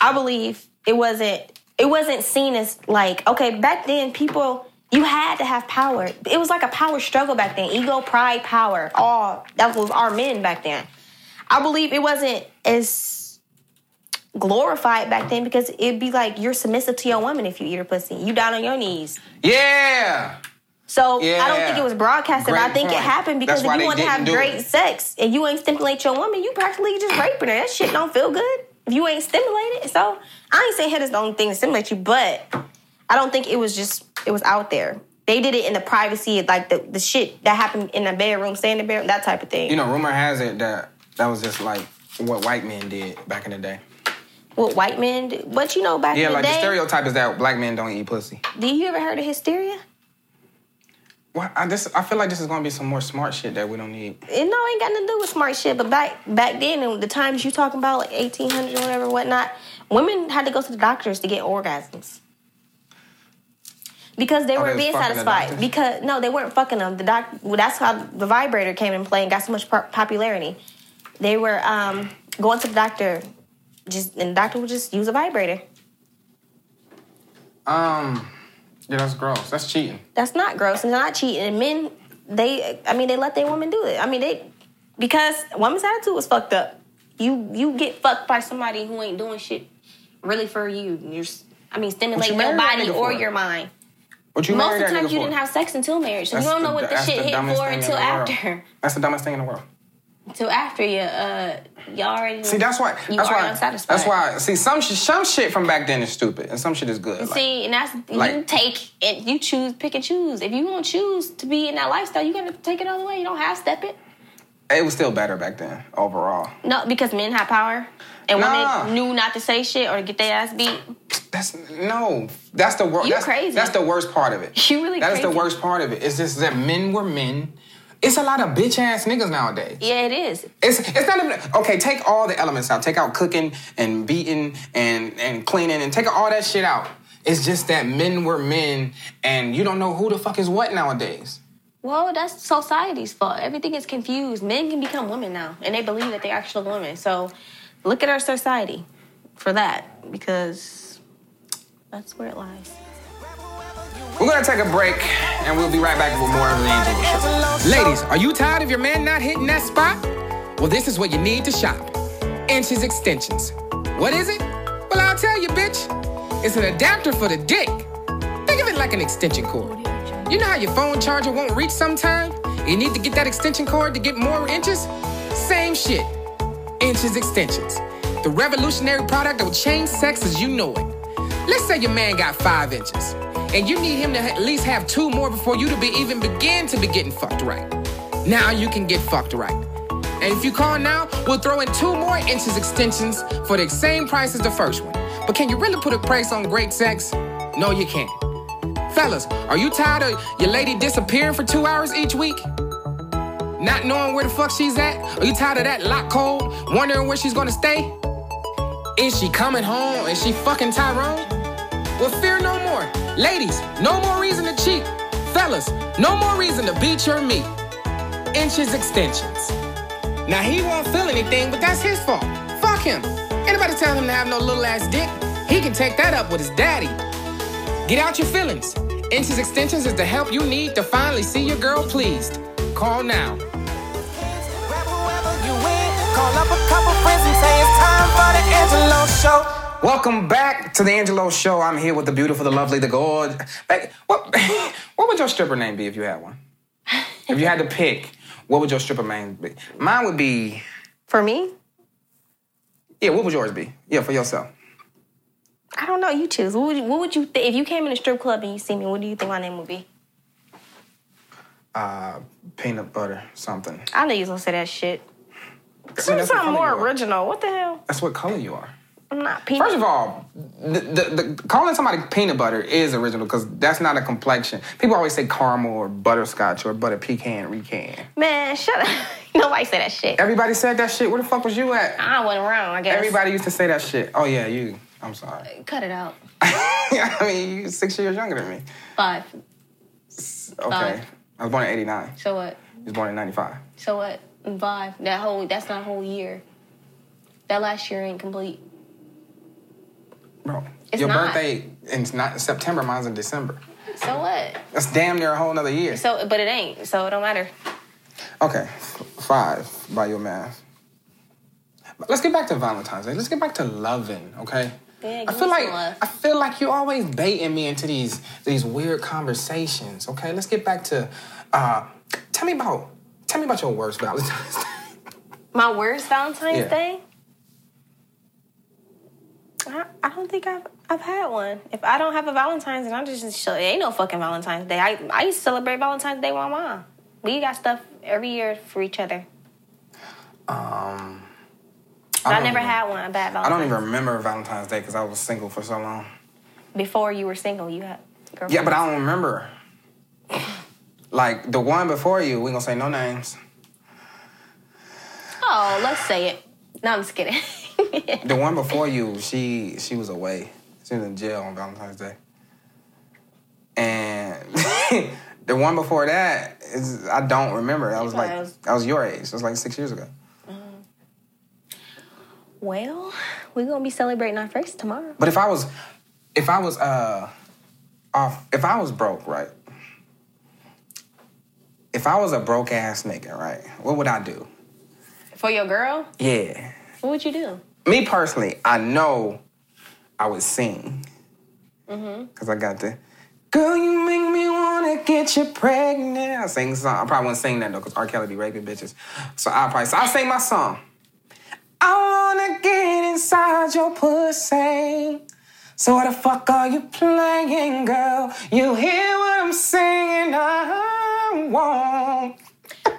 B: I believe it wasn't. It wasn't seen as like okay back then. People you had to have power. It was like a power struggle back then. Ego, pride, power. All that was our men back then. I believe it wasn't as glorified back then because it'd be like you're submissive to your woman if you eat her pussy. You down on your knees.
A: Yeah.
B: So I don't
A: Yeah.
B: think it was broadcasted. but I
A: Great
B: think it
A: point.
B: happened because
A: That's why
B: if you
A: they
B: want to
A: didn't
B: have
A: do
B: great
A: it.
B: sex and you ain't stimulate your woman, you practically just raping her. That shit don't feel good if you ain't stimulated. So I ain't saying head is the only thing to stimulate you, but I don't think it was just it was out there. They did it in the privacy, like the, the shit that happened in the bedroom, stay in the bedroom, that type of thing.
A: You know, rumor has it that that was just like what white men did back in the day.
B: what white men, do. but you know back
A: Yeah,
B: in the
A: like
B: day,
A: the stereotype is that black men don't eat pussy.
B: did you ever heard of hysteria?
A: Well, I this I feel like this is gonna be some more smart shit that we don't need.
B: it no ain't got nothing to do with smart shit. But back back then, and the times you talking about like eighteen hundred or whatever, whatnot, women had to go to the doctors to get orgasms because they weren't
A: Oh, was
B: being
A: fucking the
B: satisfied.
A: doctors?
B: Because no, they weren't fucking them. The doc. Well, that's how the vibrator came in play and got so much pro- popularity. They were um, going to the doctor, just and the doctor would just use a vibrator.
A: Um, yeah, that's gross. That's cheating.
B: That's not gross and not cheating. And men, they, I mean, they let their women do it. I mean, they, because women's attitude was fucked up. You you get fucked by somebody who ain't doing shit really for you. And You're, s- I mean, stimulate your
A: married that
B: body
A: nigga for?
B: or your mind.
A: What you
B: Most
A: married
B: of the
A: that
B: times
A: nigga
B: you
A: for?
B: didn't have sex until marriage, so
A: That's
B: you don't
A: the-
B: know what the
A: that's
B: shit
A: the
B: hit
A: dumbest
B: for
A: thing in
B: until
A: the world.
B: after,
A: That's the dumbest thing in the world.
B: until after you uh you already
A: See, that's why.
B: You
A: that's
B: are
A: why.
B: unsatisfied.
A: That's why. See, some sh- some shit from back then is stupid, and some shit is good. Like,
B: See, and that's you
A: like-
B: take it. You choose, pick and choose. If you won't choose to be in that lifestyle, you gotta take it all the way. You don't half step it.
A: it was still better back then overall.
B: No, because men had power, and
A: Nah.
B: women knew not to say shit or to get their ass beat.
A: That's no. That's the worst.
B: You
A: that's,
B: crazy.
A: That's the worst part of it.
B: You really
A: That is
B: crazy.
A: the worst part of it. It's just that men were men. It's a lot of bitch ass niggas nowadays.
B: Yeah, it is.
A: It's it's not even okay. Take all the elements out. Take out cooking and beating and and cleaning and take all that shit out. It's just that men were men, and you don't know who the fuck is what nowadays.
B: Well, that's society's fault. Everything is confused. Men can become women now, and they believe that they're actual women. So, look at our society for that, because that's where it lies.
A: We're gonna take a break, and we'll be right back with more of the Angel Show. Ladies, are you tired of your man not hitting that spot? Well, this is what you need to shop Inches Extensions. What is it? Well, I'll tell you, bitch. It's an adapter for the dick. Think of it like an extension cord. You know how your phone charger won't reach sometime? You need to get that extension cord to get more inches? Same shit. Inches Extensions. The revolutionary product that will change sex as you know it. Let's say your man got five inches, and you need him to at least have two more before you to be even begin to be getting fucked right. Now you can get fucked right. And if you call now, we'll throw in two more inches extensions for the same price as the first one. But can you really put a price on great sex? No, you can't. Fellas, are you tired of your lady disappearing for two hours each week? Not knowing where the fuck she's at? Are you tired of that lock cold? Wondering where she's gonna stay? Is she coming home? Is she fucking Tyrone? Well, fear no more. Ladies, no more reason to cheat. Fellas, no more reason to beat your meat. Inches extensions. Now he won't feel anything, but that's his fault. Fuck him. Anybody tell him to have no little ass dick, he can take that up with his daddy. Get out your feelings. Inches Extensions is the help you need to finally see your girl pleased. Call now.
C: Grab whoever you with, call up a couple friends and say it's time for the Angelo Show.
A: Welcome back to the Angelo Show. I'm here with the beautiful, the lovely, the gorge. Like, What, what would your stripper name be if you had one? If you had to pick, what would your stripper name be? Mine would be,
B: For me,
A: yeah, what would yours be? Yeah, for yourself.
B: I don't know. You choose. What would you, what would you th- if you came in a strip club and you see me? What do you think my name would be?
A: Uh, peanut butter, something.
B: I know you was gonna say that shit.
A: I mean,
B: Something
A: that's what color
B: more
A: you are.
B: original. What the hell?
A: That's what color you are.
B: I'm not peanut.
A: First of all, the, the, the, calling somebody peanut butter is original because that's not a complexion. People always say caramel or butterscotch or butter pecan, recan.
B: Man, shut up. Nobody say that shit.
A: Everybody said that shit. Where the fuck was you at?
B: I wasn't around. I guess.
A: Everybody used to say that shit. Oh yeah, you. I'm sorry.
B: Cut it out.
A: I mean, you six years younger than me.
B: Five.
A: Okay.
B: Five.
A: I was born in '89.
B: So what?
A: You was born in '95.
B: So what? Five. That whole. That's not a whole year. That last year ain't complete.
A: Bro,
B: It's
A: your
B: not.
A: birthday in it's not in September. Mine's in December.
B: So what?
A: That's damn near a whole nother year.
B: So, but it ain't. So it don't matter.
A: Okay, f- five by your math. But Let's get back to Valentine's Day. Let's get back to loving, okay?
B: Yeah,
A: I feel
B: give me some
A: like
B: love.
A: I feel like you always baiting me into these these weird conversations. Okay, let's get back to. Uh, tell me about tell me about your worst Valentine's Day.
B: My worst Valentine's
A: Yeah.
B: Day. I, I don't think I've I've had one. If I don't have a Valentine's, and I just, just show, it ain't no fucking Valentine's Day. I I used to celebrate Valentine's Day with my mom. We got stuff every year for each other.
A: Um,
B: But I,
A: don't
B: never
A: even-
B: had one a bad
A: I
B: Valentine's.
A: don't even remember Valentine's Day because I was single for so long.
B: Before you were single, you had. Girlfriend.
A: Yeah, but I don't remember. Like the one before you, we gonna say no names.
B: Oh, let's say it. No, I'm just kidding.
A: The one before you, she she was away. She was in jail on Valentine's Day. And the one before that is I don't remember. I was like
B: Because-
A: I was your age. It was like six years ago.
B: well, we're gonna be celebrating our first tomorrow.
A: But if I was if I was uh off if I was broke, right? If I was a broke ass nigga, right, what would I do?
B: For your girl,
A: Yeah.
B: what would you do?
A: me personally, I know I would sing. Because I got the, girl, you make me want to get you pregnant. I sing song. I probably wouldn't sing that though, because R. Kelly be raping bitches. So I probably, so I'll sing my song. I want to get inside your pussy. So what the fuck are you playing, girl? You hear what I'm saying? I won't.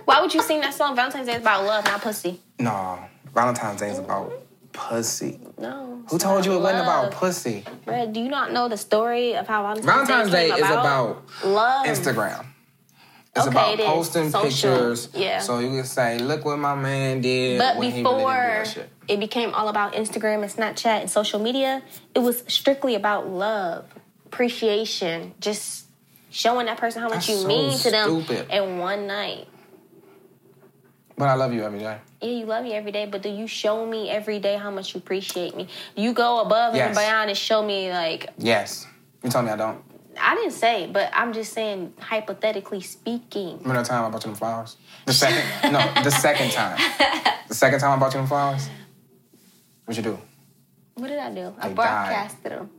B: Why would you sing that song? Valentine's Day is about love, not pussy.
A: No, Valentine's Day is about pussy.
B: No.
A: Who told you it wasn't about
B: Love.
A: pussy?
B: Bruh, do you not know the story of how Valentine's,
A: Valentine's Day
B: came
A: is
B: about?
A: about
B: love?
A: Instagram. It's
B: Okay,
A: about
B: it is.
A: posting
B: Social,
A: pictures.
B: yeah.
A: So you can say, look what my man did.
B: But
A: when he really didn't do
B: before
A: that shit."
B: it became all about Instagram and Snapchat and social media, it was strictly about love, appreciation, just showing that person how much
A: That's
B: you
A: so
B: mean to them
A: stupid.
B: in one night.
A: But I love you every day.
B: Yeah, you love me every day, but do you show me every day how much you appreciate me? You go above and
A: Yes.
B: beyond and show me like
A: Yes. You told me I don't.
B: I didn't say, but I'm just saying hypothetically speaking.
A: Remember that time I bought you them flowers? The second? no, the second time. The second time I bought you them flowers? What you do?
B: What did I do? I
A: They died.
B: broadcasted them.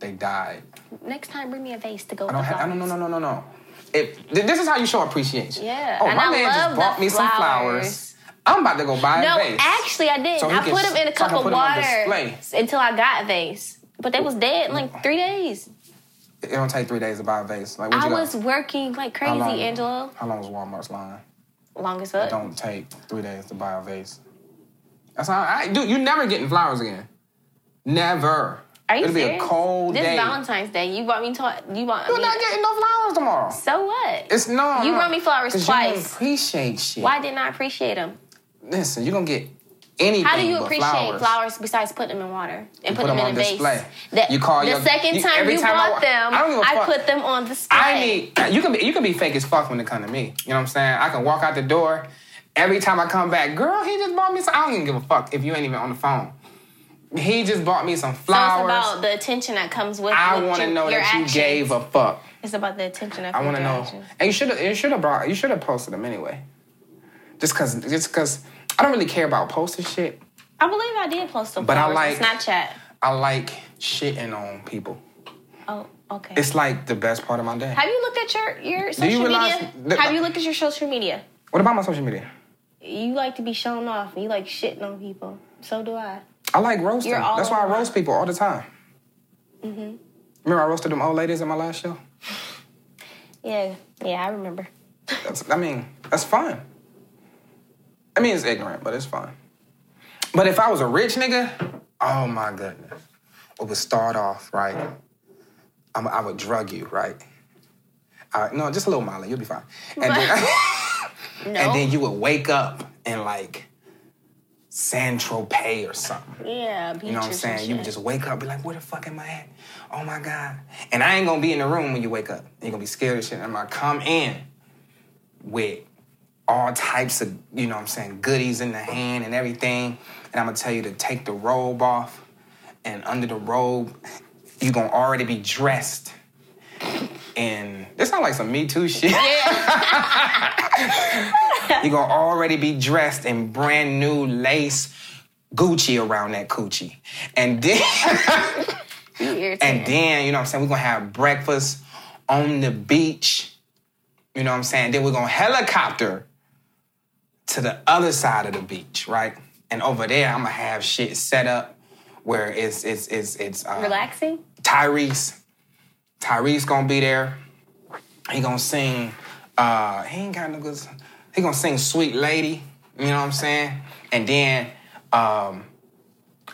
A: They died.
B: Next time, bring me a vase to go.
A: I don't have, I don't, no, no, no, no, no. If, th- this is how you show appreciation.
B: Yeah,
A: Oh,
B: and
A: my
B: I
A: man
B: love
A: just bought
B: the
A: me some flowers.
B: flowers.
A: I'm about to go buy
B: No,
A: a vase.
B: actually, I did.
A: So
B: not
A: he
B: I
A: can
B: put them in a
A: s- so I
B: cup
A: can
B: of
A: put 'em on
B: water
A: display. Mm-hmm.
B: until I got a vase, but they was dead in like three days.
A: It don't take three days to buy a vase. Like, what
B: I
A: you got?
B: was working like
A: How
B: crazy,
A: long-
B: Angela. Uh,
A: How long was Walmart's line?
B: Long as fuck.
A: Don't take three days to buy a vase. That's how I dude, you never getting flowers again. Never.
B: Are you
A: It'll
B: serious?
A: be a cold
B: this
A: day.
B: Valentine's Day. You bought me to. You bought
A: You're
B: me.
A: not getting no flowers tomorrow.
B: So what?
A: It's no.
B: You
A: no,
B: brought me flowers
A: 'cause You
B: twice.
A: don't appreciate shit.
B: Why didn't I appreciate them?
A: Listen, you don't get anything.
B: How do you
A: Mm, but
B: appreciate flowers. besides putting them in water and put,
A: put
B: them,
A: them
B: in
A: on
B: a vase?
A: display.
B: The,
A: You call
B: the
A: your-
B: second
A: you-
B: time
A: every
B: you
A: time I wa-
B: bought them,
A: I don't give a
B: I,
A: fuck.
B: put them on display.
A: I need you can be you can be fake as fuck when it come to me. You know what I'm saying? I can walk out the door Every time I come back, girl, he just bought me some. I don't even give a fuck if you ain't even on the phone. He just bought me some
B: So it's
A: flowers.
B: about the attention that comes with.
A: I
B: with
A: want to
B: your-
A: know
B: your
A: that
B: actions.
A: you gave a fuck.
B: It's about the attention that.
A: I
B: comes
A: want to
B: with your
A: know.
B: actions.
A: And you should have. You should have brought. You should have posted them anyway. Just cause. Just cause. I don't really care about posting shit.
B: I believe I did post some
A: But I like-
B: flowers on Snapchat.
A: I like shitting on people.
B: Oh, okay.
A: It's like the best part of my day.
B: Have you looked at your your social
A: realize
B: media?
A: that-
B: Have you looked at your social media?
A: What about my social media?
B: You like to be shown off. You like shitting on people. So do I.
A: I like roasting.
B: You're all
A: That's why I
B: over.
A: roast people all the time. Mm-hmm. Remember I roasted them old ladies in my last show?
B: Yeah, yeah, I remember.
A: That's, I mean, that's fun. I mean, it's ignorant, but it's fun. But if I was a rich nigga, oh my goodness. It would start off, right? I'm, I would drug you, right? I, no, just a little Molly, you'll be fine. And then,
B: No,
A: and then you would wake up in like San Tropez or something.
B: yeah,
A: You know what I'm saying? You just wake up, be like, where the fuck am I at? Oh my God. And I ain't gonna be in the room when you wake up. You're gonna be scared as shit. I'm gonna come in with all types of, you know what I'm saying, goodies in the hand and everything. And I'm gonna tell you to take the robe off. And under the robe, you gonna already be dressed. And this sounds like some Me Too shit. You're gonna already be dressed in brand new lace Gucci around that coochie. And then. And then, you know what I'm saying, we're gonna have breakfast on the beach. You know what I'm saying? Then we're gonna helicopter to the other side of the beach, right? And over there, I'm gonna have shit set up where it's it's it's it's uh,
B: relaxing.
A: Tyrese. Tyrese gonna be there. He gonna sing. Uh, he ain't got no good. He gonna sing "Sweet Lady." You know what I'm saying? And then um,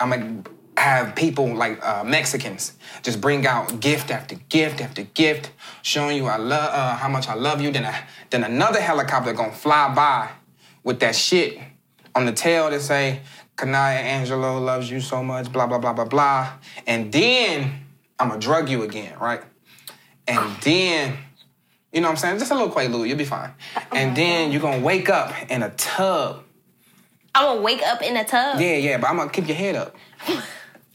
A: I'm gonna have people like uh, Mexicans just bring out gift after gift after gift, showing you I love uh, how much I love you. Then I, then another helicopter gonna fly by with that shit on the tail that say Kanaya Angelo loves you so much, blah blah blah blah blah. And then I'm gonna drug you again, right? And then. You know what I'm saying? Just a little Quaalude, you'll be fine. And then you're gonna wake up in a tub
B: I'm gonna wake up in a tub.
A: yeah, yeah, but I'm gonna keep your head up.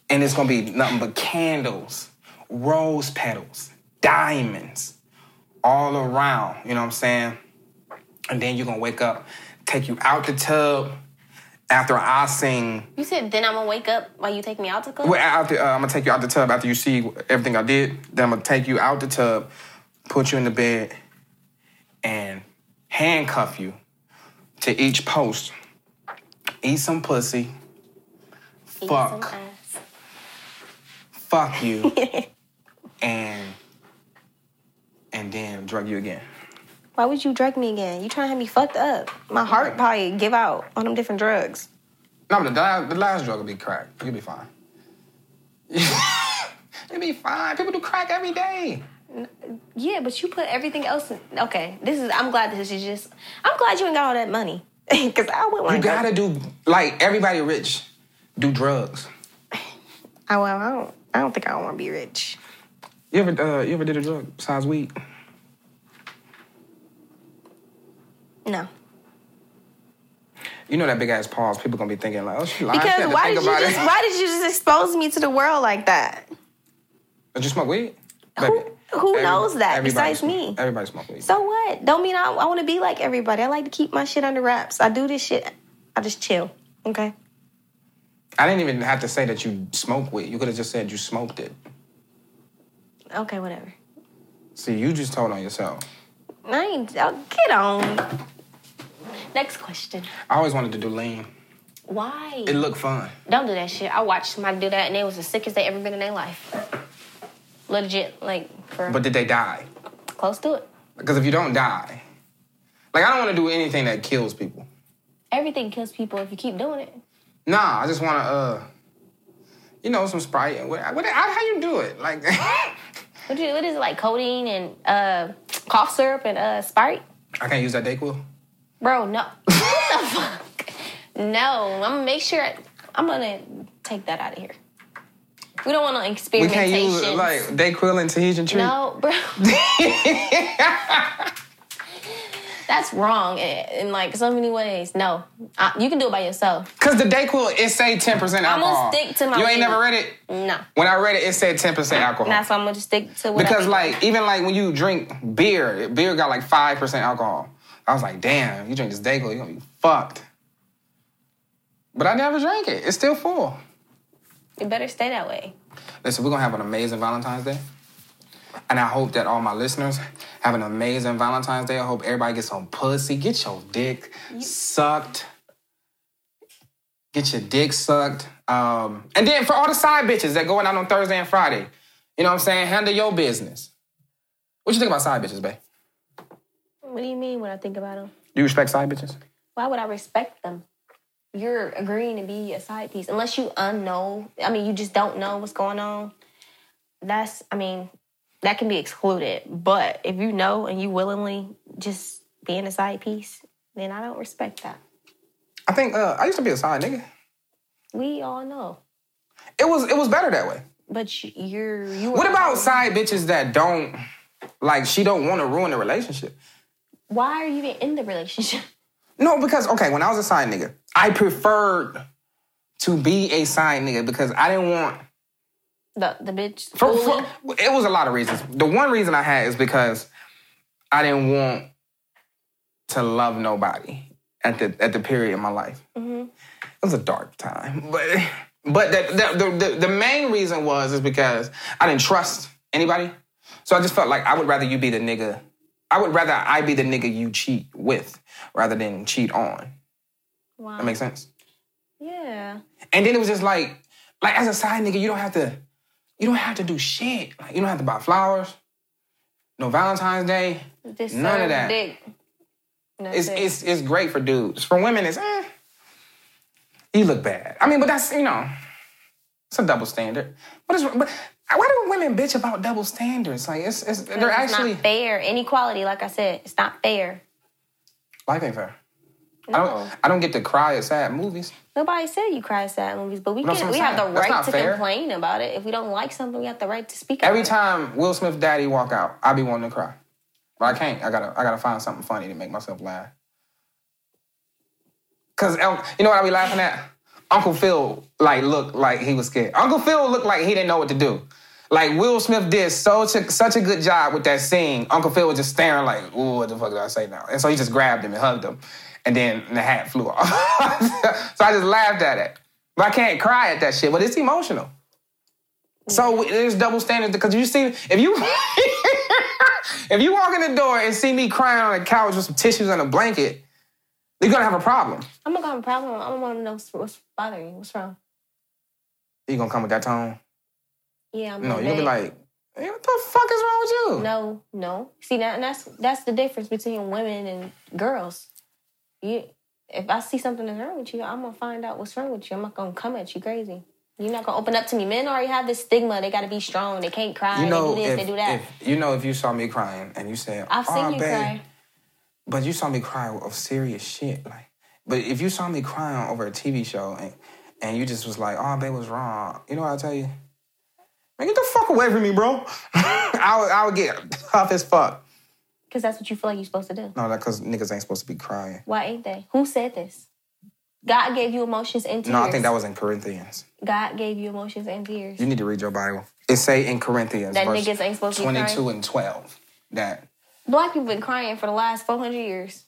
A: and it's gonna be nothing but candles, rose petals, diamonds, all around. You know what I'm saying? And then you're gonna wake up, take you out the tub. After I sing,
B: You said then I'm gonna wake up while you take me out to club.
A: well, after, uh, I'm gonna take you out the tub after you see everything I did. Then I'm gonna take you out the tub, put you in the bed, and handcuff you to each post. Eat some pussy.
B: Eat
A: fuck.
B: some ass.
A: fuck you, and and then drug you again.
B: Why would you drug me again? You trying to have me fucked up? My heart probably give out on them different drugs.
A: No, but the, la- the last drug will be crack. You'll be fine. You'll be fine. People do crack every day.
B: Yeah, but you put everything else. in... Okay, this is. I'm glad this is just. I'm glad you ain't got all that money because I would want
A: You gotta do like everybody rich do drugs.
B: I well, I don't. I don't think I want to be rich.
A: You ever uh, you ever did a drug besides weed?
B: No.
A: You know that big ass pause. People gonna be thinking like, oh, she lying. she had
B: Because
A: to
B: why
A: think
B: did you
A: about
B: just
A: it.
B: why did you just expose me to the world like that?
A: Did you smoke weed?
B: Who-
A: Baby,
B: who
A: every-
B: knows that
A: everybody
B: besides
A: smoke-
B: me?
A: Everybody smoke weed.
B: So what? Don't mean I, I want to be like everybody. I like to keep my shit under wraps. I do this shit. I just chill. Okay.
A: I didn't even have to say that you smoke weed. You could have just said you smoked it.
B: Okay. Whatever.
A: See, you just told on yourself.
B: I ain't. Oh, get on. Next question.
A: I always wanted to do lean.
B: Why?
A: It looked fun.
B: Don't do that shit. I watched somebody do that and it was the sickest they ever been in their life. Legit, like for
A: But did they die?
B: close to it.
A: Because if you don't die, like I don't want to do anything that kills people.
B: Everything kills people if you keep doing it.
A: Nah, I just want to, uh, you know, some Sprite and what, what how, how you do it? Like, I
B: What, you, what is it like? Codeine and uh, cough syrup and uh, Sprite.
A: can't use that Dayquil.
B: Bro, no. what the fuck? No, I'm gonna make sure. I'm gonna take that out of here. We don't want no
A: We
B: experimentation.
A: can't use like Dayquil and Tahitian treat.
B: no, bro. That's wrong in, in like so many ways. No, I, you can do it by yourself.
A: Cause the Dayquil it say ten percent
B: I'm gonna
A: alcohol.
B: stick to my
A: You ain't
B: reading.
A: never read it.
B: No,
A: When I read it, it said ten percent alcohol.
B: that's why I'm gonna just stick to what I
A: because
B: read.
A: like even like when you drink beer, beer got like five percent alcohol. I was like, damn, you drink this Dayquil, you gonna be fucked. But I never drank it. It's still full.
B: it better stay that way.
A: Listen, we're gonna have an amazing Valentine's Day. And I hope that all my listeners have an amazing Valentine's Day. I hope everybody gets some pussy. Get your dick sucked. Get your dick sucked. Um, and then for all the side bitches that going out on Thursday and Friday, you know what I'm saying? Handle your business. What you think about side bitches, babe?
B: What do you mean when I think about them?
A: Do you respect side bitches?
B: Why would I respect them? You're agreeing to be a side piece unless you unknow. I mean, you just don't know what's going on. That's I mean, that can be excluded. But if you know and you willingly just being a side piece, then I don't respect that.
A: I think uh, I used to be a side nigga.
B: We all know.
A: It was it was better that way.
B: But you- you're you.
A: What
B: are-
A: about side bitches that don't like she don't want to ruin the relationship?
B: why are you even in the relationship?
A: No, because okay, when I was a side nigga, I preferred to be a side nigga because I didn't want.
B: The the bitch.
A: For,
B: fooling?
A: for- it was a lot of reasons. The one reason I had is because I didn't want to love nobody at the at the period of my life. It was a dark time, but but the, the, the, the, the main reason was is because I didn't trust anybody. So I just felt like I would rather you be the nigga. I would rather I be the nigga you cheat with rather than cheat on.
B: wow.
A: That makes sense.
B: yeah.
A: And then it was just like, like as a side nigga, you don't have to, you don't have to do shit. Like you don't have to buy flowers, no Valentine's Day.
B: This
A: None of
B: son
A: that.
B: Dick. And that's
A: It's
B: it.
A: it's it's great for dudes. For women, it's eh, you look bad. I mean, but that's you know, it's a double standard. What is but why do women bitch about double standards? Like it's it's they're
B: It's
A: actually
B: not fair. Inequality, like I said, it's not fair.
A: life ain't fair.
B: No.
A: I don't I don't get to cry at sad movies.
B: Nobody said you cry sad movies, but we
A: That's
B: can,
A: what
B: we
A: I'm
B: have the
A: saying. That's
B: right
A: not
B: to
A: fair.
B: complain about it. If we don't like something, we have the right to speak.
A: Every
B: about
A: time Will Smith daddy walk out, I be wanting to cry. But I can't. I gotta I gotta find something funny to make myself laugh. Cause um, you know what I be laughing at? Uncle Phil like looked like he was scared. Uncle Phil looked like he didn't know what to do. Like Will Smith did such a, such a good job with that scene. Uncle Phil was just staring like, "Ooh, what the fuck did I say now?" And so he just grabbed him and hugged him, and then the hat flew off. so I just laughed at it. But I can't cry at that shit. But it's emotional. So there's double standards because you see, if you if you walk in the door and see me crying on a couch with some tissues and a blanket, you're gonna have a problem.
B: it. I'm not gonna have a problem. I'm gonna want to know what's- what's bothering you. What's wrong?
A: You gonna come with that tone?
B: Yeah, I'm
A: No,
B: on
A: you're gonna be
B: date.
A: like, "Hey, what the fuck is wrong with you?
B: no, no. See, that, and that's that's the difference between women and girls. You, if I see something that's wrong with you, I'm gonna find out what's wrong with you. I'm not gonna come at you crazy. You're not gonna open up to me. Men already have this stigma. They gotta be strong. They can't cry.
A: You know,
B: they do this.
A: if,
B: they do that.
A: if you know if you saw me crying and you said,
B: I've seen
A: "Aw,
B: you
A: babe,"
B: cry.
A: but you saw me cry of serious shit. Like, but if you saw me crying over a TV show and and you just was like, "Oh, babe, what's wrong?" You know what I tell you? Man, get the fuck away from me, bro. I would, I would get tough as fuck.
B: Because that's what you feel like you're supposed to do.
A: No, that because niggas ain't supposed to be crying.
B: Why ain't they? Who said this? God gave you emotions and tears.
A: No, I think that was in Corinthians.
B: God gave you emotions and tears.
A: You need to read your Bible. It say in Corinthians
B: That
A: verse
B: niggas ain't supposed to be crying.
A: twenty-two and twelve that
B: Black people been crying for the last 400 years.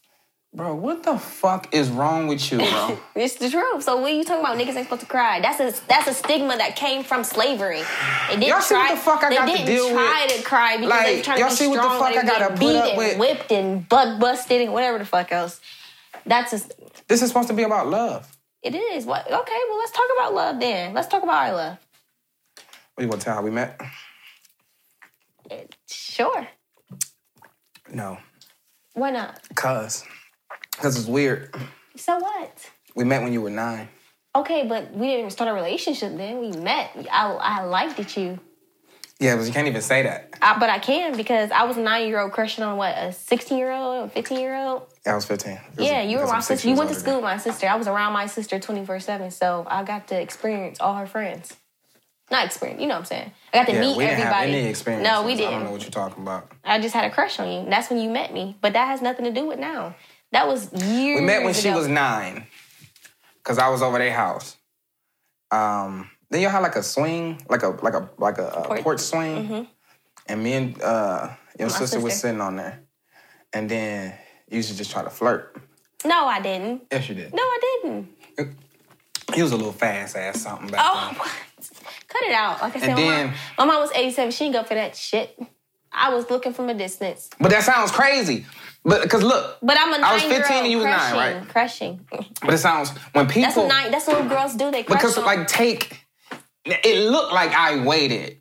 A: bro, what the fuck is wrong with you, bro?
B: It's the truth. So when you talking about niggas ain't supposed to cry, that's a that's a stigma that came from slavery. They didn't
A: Y'all see what
B: try.
A: the fuck I
B: they
A: got to
B: didn't
A: deal
B: try to cry because
A: Like,
B: they was trying to
A: y'all
B: be
A: see what the
B: strong.
A: fuck
B: they
A: I gotta put
B: get beat
A: up
B: and
A: with?
B: whipped and butt busted and whatever the fuck else. That's just
A: this is supposed to be about love.
B: it is. What? Okay. Well, let's talk about love then. Let's talk about our love.
A: What you want to tell how we met?
B: It- sure.
A: No,
B: Why not?
A: cause because it's weird.
B: So what?
A: We met when you were nine.
B: Okay, but we didn't start a relationship then. We met. I, I liked it you.
A: Yeah, but you can't even say that.
B: I, but I can because I was a nine year old crushing on what, a 16 year old, 15 year old?
A: I was fifteen. It was-
B: Yeah, you were
A: because
B: my
A: I'm six
B: sister. You
A: years
B: went
A: older
B: to
A: than-
B: school with my sister. I was around my sister 24 7, so I got to experience all her friends. Not experience. You know what I'm saying? I got to
A: Yeah,
B: meet
A: we didn't
B: everybody.
A: have any experience.
B: No, we
A: I don't know
B: didn't.
A: what you're talking about.
B: I just had a crush on you. That's when you met me. But that has nothing to do with now. That was years.
A: We met when she
B: ago.
A: was nine, cause I was over their house. Um, then y'all had like a swing, like a like a like a, uh
B: Porch. Mm-hmm.
A: porch. swing, and me and uh, your sister, was
B: sister.
A: sitting on there, and then you used to just try to flirt.
B: No, I didn't.
A: Yes, you did.
B: No, I didn't.
A: He was a little fast ass something back
B: Oh, what? cut it out. Like I said,
A: And
B: my,
A: then-
B: mom, my mom was 87. She didn't go for that shit. I was looking from a distance.
A: But that sounds crazy. But cause look,
B: But I'm a nine
A: I was 15 and you was nine, right?
B: crushing, Crushing.
A: but it sounds when people
B: That's what nine. That's what girls do. They crush
A: because
B: on.
A: like take it looked like I waited.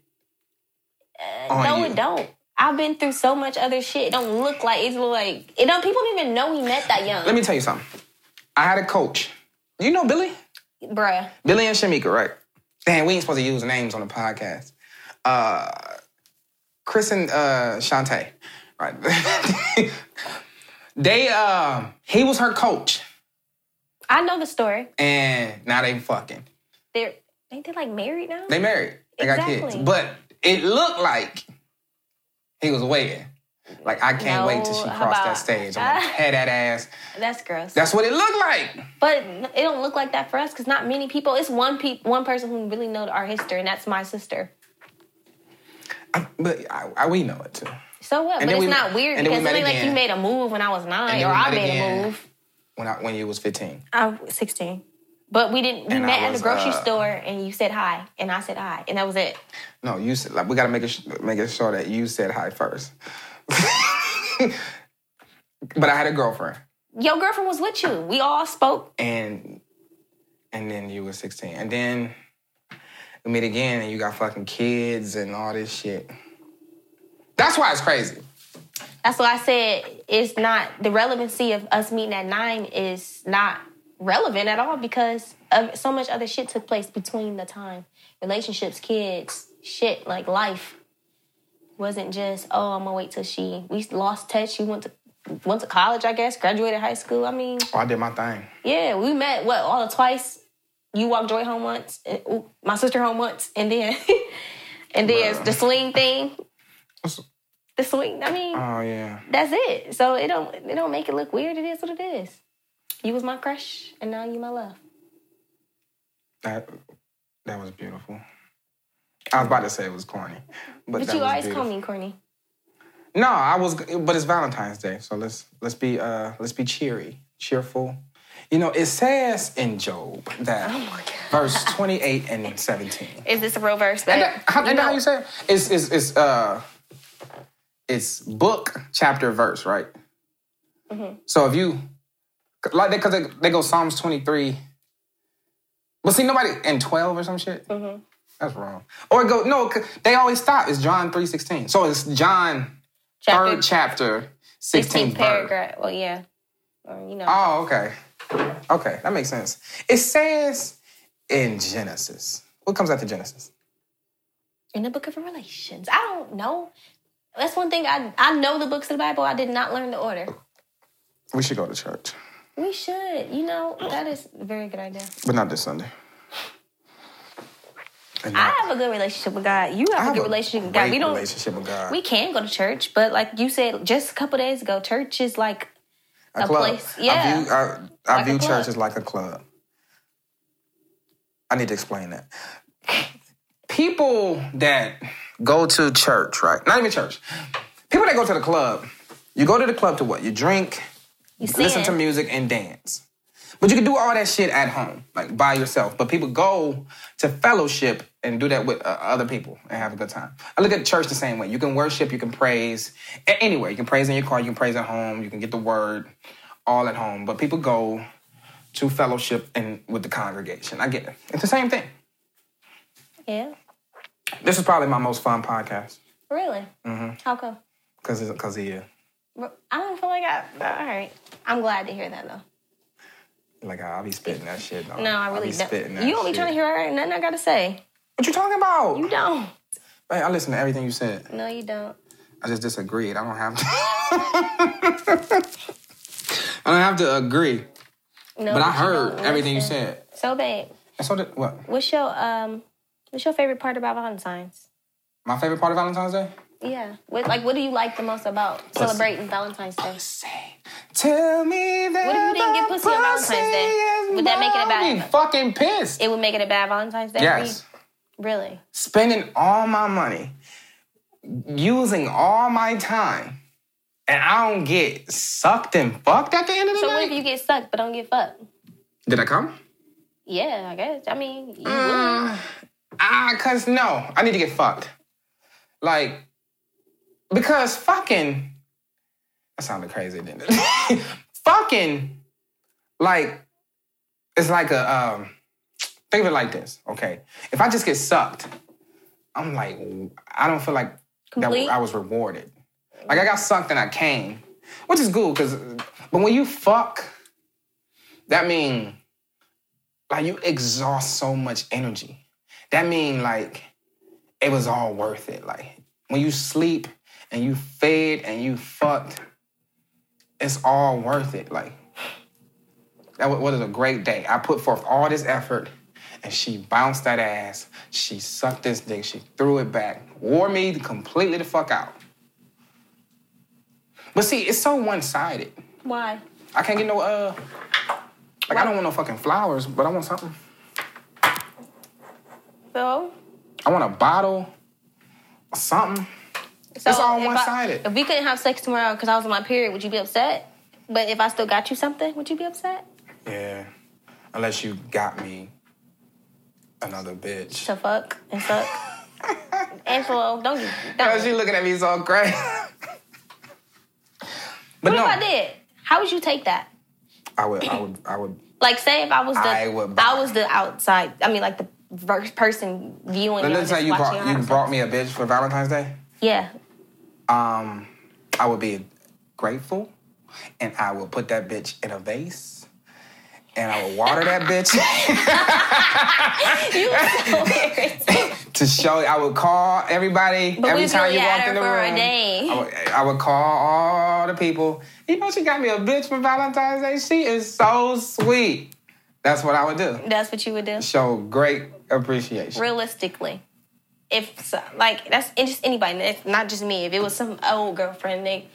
A: on
B: Uh, no,
A: you.
B: it don't. I've been through so much other shit. It don't look like it's like it don't. People don't even know we met that young,
A: Let me tell you something. I had a coach. You know Billy?
B: bruh.
A: Billy and Shamika, right? Damn, we ain't supposed to use names on the podcast. Uh, Chris and uh, Shantae, right? they, um, he was her coach,
B: I know the story.
A: and now they fucking.
B: They're ain't they like married now?
A: They married. They got
B: Exactly.
A: kids. But it looked like he was waiting. Like I can't wait till she
B: No,
A: crossed
B: about-
A: that stage. I'm gonna head that ass.
B: That's gross.
A: That's what it looked like.
B: but it don't look like that for us because not many people. It's one pe- one person who really know our history, and that's my sister.
A: I- but I, I, we know it too.
B: So what?
A: And
B: but
A: then
B: it's
A: we-
B: not weird
A: and then we
B: because it
A: met
B: ain't like you
A: again.
B: made a move when I was
A: And
B: nine,
A: then
B: or
A: we
B: I
A: met
B: made
A: again.
B: a move.
A: When I when you was 15.
B: I was sixteen. But we didn't. We
A: And I
B: met at
A: was,
B: the grocery
A: uh,
B: store, and you said hi, and I said hi, and that was it.
A: No, you said like we gotta make it sh- make it sure that you said hi first. but I had a girlfriend,
B: Your girlfriend was with you. We all spoke.
A: and and then you were sixteen, and then we meet again, and you got fucking kids and all this shit. That's why it's crazy.
B: That's why I said it's not the relevancy of us meeting at nine is not relevant at all because of so much other shit took place between the time relationships, kids, shit like life wasn't just oh I'm gonna wait till she we lost touch. She went to went to college, I guess, graduated high school. I mean,
A: Oh, I did my thing.
B: yeah, we met what all the twice. You walked Joy home once, and, ooh, my sister home once, and then and then
A: Bruh.
B: the swing thing.
A: What's-
B: The swing. I mean
A: Oh yeah,
B: that's it. So it don't it don't make it look weird. It is what it is. You was my crush, and now you my love.
A: that that was beautiful. I was about to say it was corny, but,
B: But
A: that
B: you
A: was
B: always
A: beautiful.
B: call me corny.
A: No, I was, but it's Valentine's Day, so let's let's be uh let's be cheery, cheerful. You know, it says in Job that
B: Oh
A: verse twenty eight and seventeen.
B: Is this a real verse? That,
A: And that, how, and
B: know-
A: how you say it? It's it's it's uh it's book chapter verse right.
B: Mm-hmm.
A: So if you like because they, they go Psalms twenty three. But see, nobody in twelve or some shit.
B: Mm-hmm.
A: That's wrong. Or go no, 'cause they always stop. It's John three sixteen. So it's John
B: chapter-
A: third chapter, 16th
B: 16th
A: verse.
B: paragraph. Well, yeah, or, you know.
A: Oh, okay. Okay, that makes sense. It says in Genesis. What comes after Genesis?
B: in the book of Revelations. I don't know. That's one thing I I know the books of the Bible. I did not learn the order.
A: We should go to church,
B: We should, you know, that is a very good idea.
A: but not this Sunday. And
B: I
A: not-
B: have a good relationship with God. You have,
A: I
B: a good relationship with God.
A: great
B: We don't.
A: relationship with God.
B: We can go to church, but like you said just a couple days ago, church is like
A: a,
B: a
A: club.
B: place- yeah.
A: I view, uh, I, I
B: Like a
A: view
B: club.
A: church as like a club. I need to explain that. People that go to church, right? Not even church. People that go to the club, you go to the club to what? You drink,
B: you see
A: listen to music, and dance. But you can do all that shit at home, like by yourself. But people go to fellowship and do that with uh, other people and have a good time. I look at church the same way. You can worship, you can praise a- anywhere. You can praise in your car, you can praise at home, you can get the word all at home. But people go to fellowship and with the congregation. I get it. It's the same thing.
B: Yeah.
A: This is probably my most fun podcast
B: Really? Mm-hmm. How come?
A: because because he uh,
B: I don't feel like I. All right. I'm glad to hear that though.
A: like I'll be spitting that shit. dog.
B: No, I
A: I'll
B: really
A: be
B: don't.
A: spitting that
B: You don't be
A: shit.
B: trying to hear all right, nothing I gotta say.
A: What you talking about?
B: You don't.
A: Hey, I listen to everything you said.
B: No, you don't.
A: I just disagreed. I don't have to. I don't have to agree,
B: No.
A: but I
B: you
A: heard
B: don't
A: everything you
B: listen.
A: said.
B: So babe,
A: And so did what?
B: what's your um? What's your favorite part about Valentine's?
A: My favorite part of Valentine's Day?
B: Yeah. What, like, what do you like the most about celebrating Valentine's Day?
A: Say, tell me that.
B: What if you didn't get
A: the
B: pussy on Valentine's Day?
A: pussy is
B: Would that make it a bad-
A: mine? I'd be fucking pissed.
B: It would make it a bad Valentine's Day. for
A: yes.
B: you? Really?
A: Spending all my money, using all my time, and I don't get sucked and fucked at the end of the
B: So what
A: night.
B: if you get stuck but don't get fucked?
A: Did I come?
B: Yeah, I guess. I mean, you
A: Mm.
B: would.
A: Ah, cause no, I need to get fucked. Like, because fucking. That sounded crazy, didn't it? fucking, like, it's like a. Um, think of it like this, okay? If I just get sucked, I'm like, I don't feel like that
B: Complete?
A: I was rewarded. Like I got sucked and I came, which is good, cause. But when you fuck, that mean like you exhaust so much energy that mean like it was all worth it. Like when you sleep and you fed and you fucked, it's all worth it. Like that was, was a great day. I put forth all this effort and she bounced that ass. She sucked this dick. She threw it back. Wore me completely the fuck out. But see, it's so one-sided.
B: Why?
A: I can't get no uh like I don't want no fucking flowers, but I want something.
B: So,
A: I want a bottle or something.
B: so
A: It's all
B: if I-
A: one-sided.
B: If we couldn't have sex tomorrow because I was on my period, would you be upset? But if I still got you something, would you be upset?
A: Yeah. Unless you got me another bitch.
B: To fuck and suck. Angelo, don't you?
A: Girl,
B: Don't.
A: she looking at me so crazy. but
B: what
A: no,
B: if I did? How would you take that?
A: I would, I would, I would.
B: Like, say if I was the,
A: I
B: I,
A: would
B: was the outside. I mean, like the ver- person viewing.
A: Let
B: or
A: me tell
B: just
A: you, you
B: watching
A: brought,
B: how
A: you
B: it's-
A: brought me a bitch for Valentine's Day.
B: Yeah.
A: Um, I would be grateful, and I would put that bitch in a vase, and I would water that bitch.
B: You were so irritating.
A: to show. I would call everybody
B: But
A: every
B: we'd be
A: time you
B: at
A: walked
B: her
A: in the
B: for a
A: room.
B: day.
A: I, would, I would call all the people. You know, she got me a bitch for Valentine's Day. She is so sweet. That's what I would do.
B: That's what you would do.
A: Show great appreciation.
B: realistically, if so- like that's and just anybody, if not just me. If it was some old girlfriend, they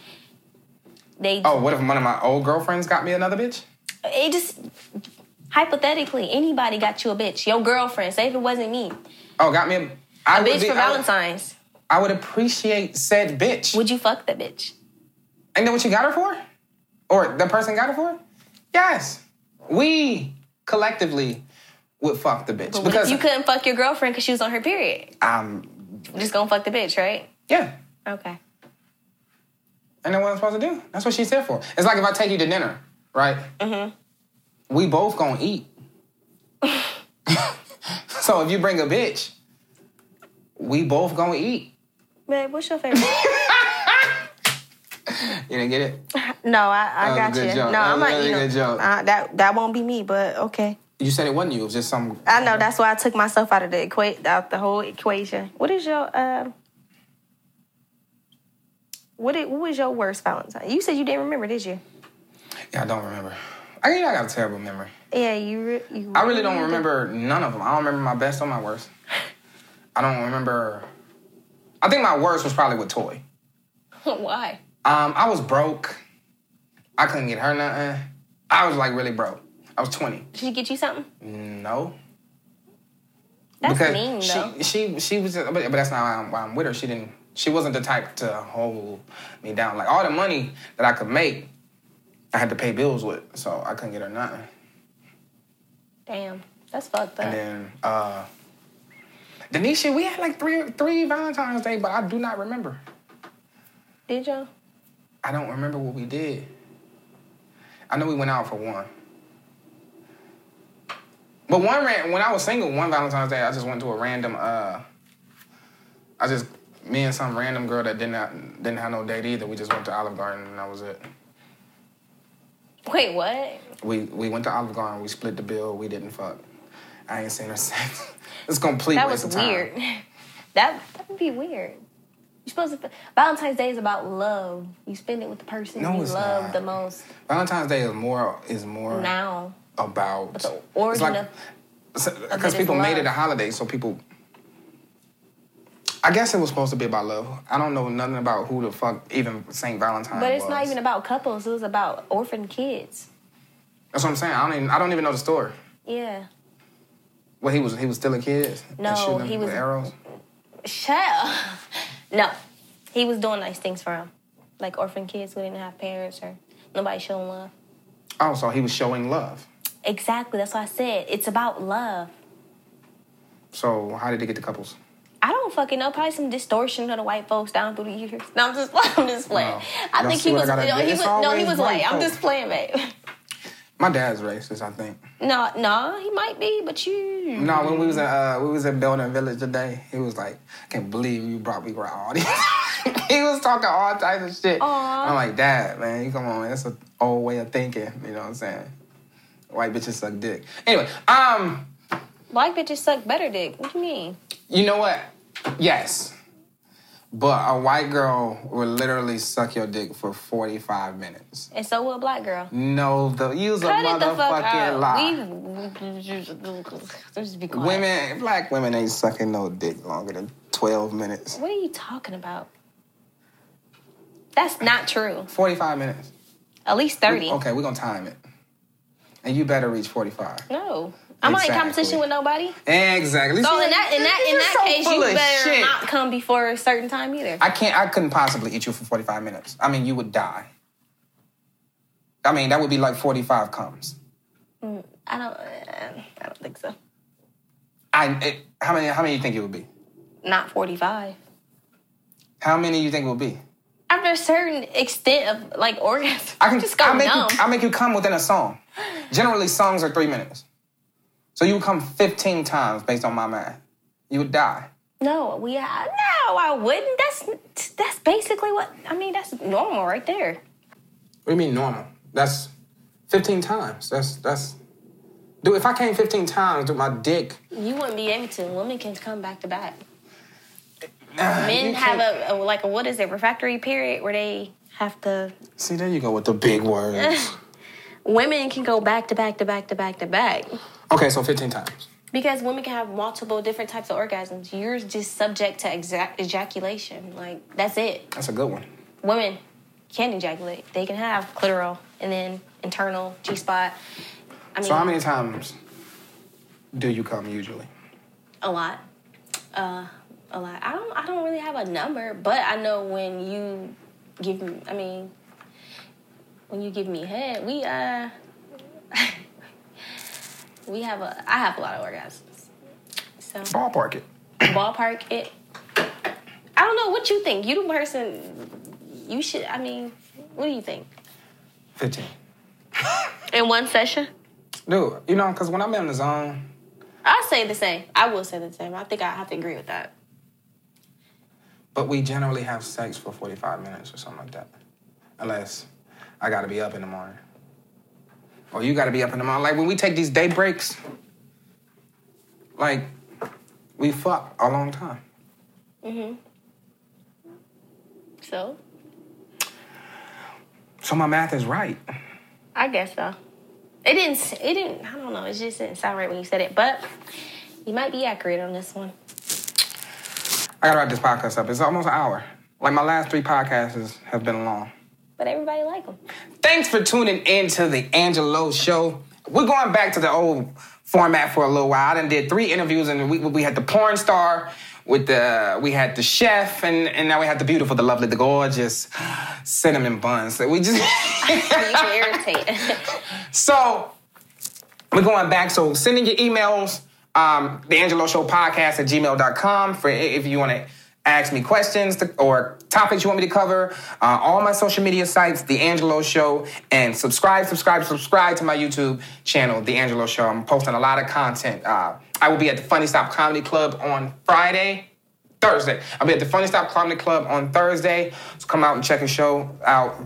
B: they
A: Oh, what if one of my old girlfriends got me another bitch?
B: it just hypothetically anybody got you a bitch, your girlfriend. Say if it wasn't me,
A: Oh, got me a, I
B: a
A: would
B: bitch
A: be-
B: for
A: I would-
B: Valentine's.
A: I would appreciate said bitch.
B: Would you fuck that bitch?
A: And then what you got her for? Or the person got her for? Yes. We collectively would fuck the bitch.
B: But what if
A: because
B: you couldn't fuck your girlfriend because she was on her period?
A: um
B: You're just gonna fuck the bitch, right?
A: yeah.
B: Okay.
A: And then what I'm supposed to do? That's what she's here for. It's like if I take you to dinner, right? Mm-hmm. We both gonna eat. so if you bring a bitch, we both gonna eat.
B: Babe, what's your favorite?
A: You didn't get it?
B: no, I,
A: That
B: I
A: was
B: got
A: a good
B: you.
A: joke.
B: No,
A: That was
B: I'm not
A: a really
B: eating.
A: good joke.
B: Uh, that that won't be me, but okay.
A: You said it wasn't you. It was just some.
B: I know that's why I took myself out of the equa- out the whole equation. What is your um? What it, what was your worst Valentine? You said you didn't remember, did you?
A: Yeah, I don't remember. I think I got a terrible memory.
B: Yeah, you. Re- you
A: I really don't remember none of them. I don't remember my best or my worst. I don't remember. I think my worst was probably with Toy.
B: Why?
A: Um, I was broke. I couldn't get her nothing. I was like really broke. I was 20.
B: Did she get you something?
A: No.
B: That's mean though.
A: she, she she was but, but that's not why I'm, why I'm with her. She didn't she wasn't the type to hold me down. Like all the money that I could make, I had to pay bills with, so I couldn't get her nothing.
B: Damn, that's fucked up.
A: And then uh Denisha, we had like three three Valentine's Day, but I do not remember.
B: Did y'all?
A: I don't remember what we did. I know we went out for one. But one ran when I was single, one Valentine's Day, I just went to a random uh I just me and some random girl that didn't have, didn't have no date either. We just went to Olive Garden and that was it.
B: Wait, what?
A: We we went to Olive Garden, we split the bill, we didn't fuck. I ain't seen her since. It's complete
B: That
A: waste
B: was
A: of time.
B: weird. that that would be weird. You supposed to Valentine's Day is about love. You spend it with the person
A: No,
B: you
A: it's
B: love
A: not.
B: the most
A: Valentine's Day is more is more
B: now.
A: about
B: the origin of-
A: because
B: it is
A: people made
B: love.
A: it a holiday, so people I guess it was supposed to be about love. I don't know nothing about who the fuck even St. Valentine
B: But it's not
A: was.
B: even about couples. It was about orphan kids.
A: That's what I'm saying. I don't even I don't even know the story.
B: Yeah.
A: Well, he was he was still a kid. and
B: No,
A: shooting him
B: he
A: with
B: was-
A: arrows.
B: Shut up. No. He was doing nice things for him. Like orphan kids who didn't have parents or nobody showing love.
A: Oh, so he was showing love.
B: Exactly. That's why I said it's about love.
A: So how did he get the couples?
B: I don't fucking know. Probably some distortion of the white folks down through the years. No, I'm just, I'm just playing.
A: Wow.
B: I
A: Y'all
B: think
A: see
B: he
A: what I
B: was,
A: gotta
B: no,
A: do?
B: he
A: It's
B: was, no, he
A: always
B: was
A: white
B: white. I'm
A: folks.
B: just playing, babe.
A: My dad's racist, I think.
B: No, no, he might be, but you.
A: No, when we was at uh, we was at Belden Village today, he was like, "I can't believe you brought me around all these." he was talking all types of shit.
B: Aw.
A: I'm like, "Dad, man, you come on, man. that's an old way of thinking." You know what I'm saying? White bitches suck dick. Anyway, um,
B: Black bitches suck better dick. What do you mean?
A: you know what? Yes, but a white girl will literally suck your dick for 45 minutes.
B: And so will a black girl.
A: No, the use a
B: Cut it the
A: motherfucking
B: fuck out.
A: lie.
B: We, just be quiet.
A: Women, black women ain't sucking no dick longer than 12 minutes.
B: What are you talking about? That's not true.
A: 45 minutes.
B: At least 30.
A: Okay, we're gonna time it. And you better reach 45.
B: No. I'm not in
A: Exactly.
B: competition with nobody.
A: Exactly.
B: So
A: See,
B: in that in that in
A: you're
B: that
A: so
B: case,
A: full
B: you
A: of
B: better
A: shit.
B: not come before a certain time either.
A: I can't I couldn't possibly eat you for 45 minutes. I mean you would die. I mean that would be like 45 comes.
B: I don't. uh, I don't think so.
A: I it, how many how many you think it would be?
B: Not 45.
A: How many you think it would be?
B: After a certain extent of like orgasm,
A: I can
B: just go
A: I'll make
B: numb.
A: you I'll make you come within a song. Generally songs are three minutes. So you would come 15 times based on my math. You would die.
B: No, we. Uh, no, I wouldn't. That's that's basically what I mean. That's normal right there.
A: What do you mean normal? That's 15 times. That's that's dude. If I came 15 times with my dick,
B: You wouldn't be able to. Women can come back to back.
A: you
B: Men have a, a like a what is it refractory period where they have to.
A: see there you go with the big words.
B: Women can go back to back to back to back to back
A: okay, so 15 times.
B: because women can have multiple different types of orgasms. You're just subject to exact ejaculation. Like that's it.
A: That's a good one.
B: Women can ejaculate. They can have clitoral and then internal G spot. I mean,
A: So how many times do you come usually?
B: a lot uh a lot i don't i don't really have a number but i know when you give me i mean when you give me head we uh we have a i have a lot of orgasms so
A: Ballpark it.
B: ballpark it i don't know what you think you the person you should i mean what do you think
A: 15.
B: in one session
A: Dude, you know, because when I'm in the zone,
B: i'll say the same i will say the same i think i have to agree with that
A: but we generally have sex for 45 minutes or something like that, unless I got to be up in the morning. Or you got to be up in the morning. Like when we take these day breaks, like we fuck a long time.
B: so
A: So my math is right.
B: I guess so. It didn't. s- It didn't. I don't know. It just didn't sound right when you said it, but you might be accurate on this one.
A: I gotta wrap this podcast up. It's almost an hour. Like my last three podcasts have been long.
B: But everybody like them.
A: Thanks for tuning in to the Angelo Show. We're going back to the old format for a little while. I done did three interviews, and we, we had the porn star, with the we had the chef, and, and now we had the beautiful, the lovely, the gorgeous cinnamon buns. So we just
B: You can irritate.
A: so we're going back. So send in your emails, um, the Angelo Show podcast at gmail.com for i- if you want to ask me questions to- or topics you want me to cover. Uh, all my social media sites, The Angelo Show, and subscribe, subscribe, subscribe to my YouTube channel, The Angelo Show. I'm posting a lot of content. Uh, I will be at the Funny Stop Comedy Club on Friday. Thursday. I'll be at the Funny Stop Comedy Club on Thursday. So come out and check the show out.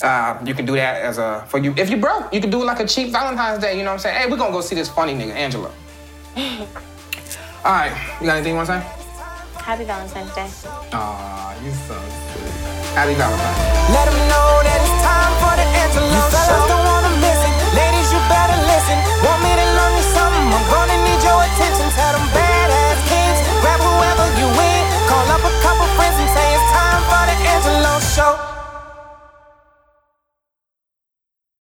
A: Uh, you can do that as a for you. If you broke, you can do it like a cheap Valentine's Day. You know what I'm saying? Hey, we're gonna go see this funny nigga, Angela. All right, you got anything you want to say?
B: Happy Valentine's Day.
A: Aw, you so sweet. Happy Valentine's.
C: Let 'em know that it's time for the antelope. You fellas don't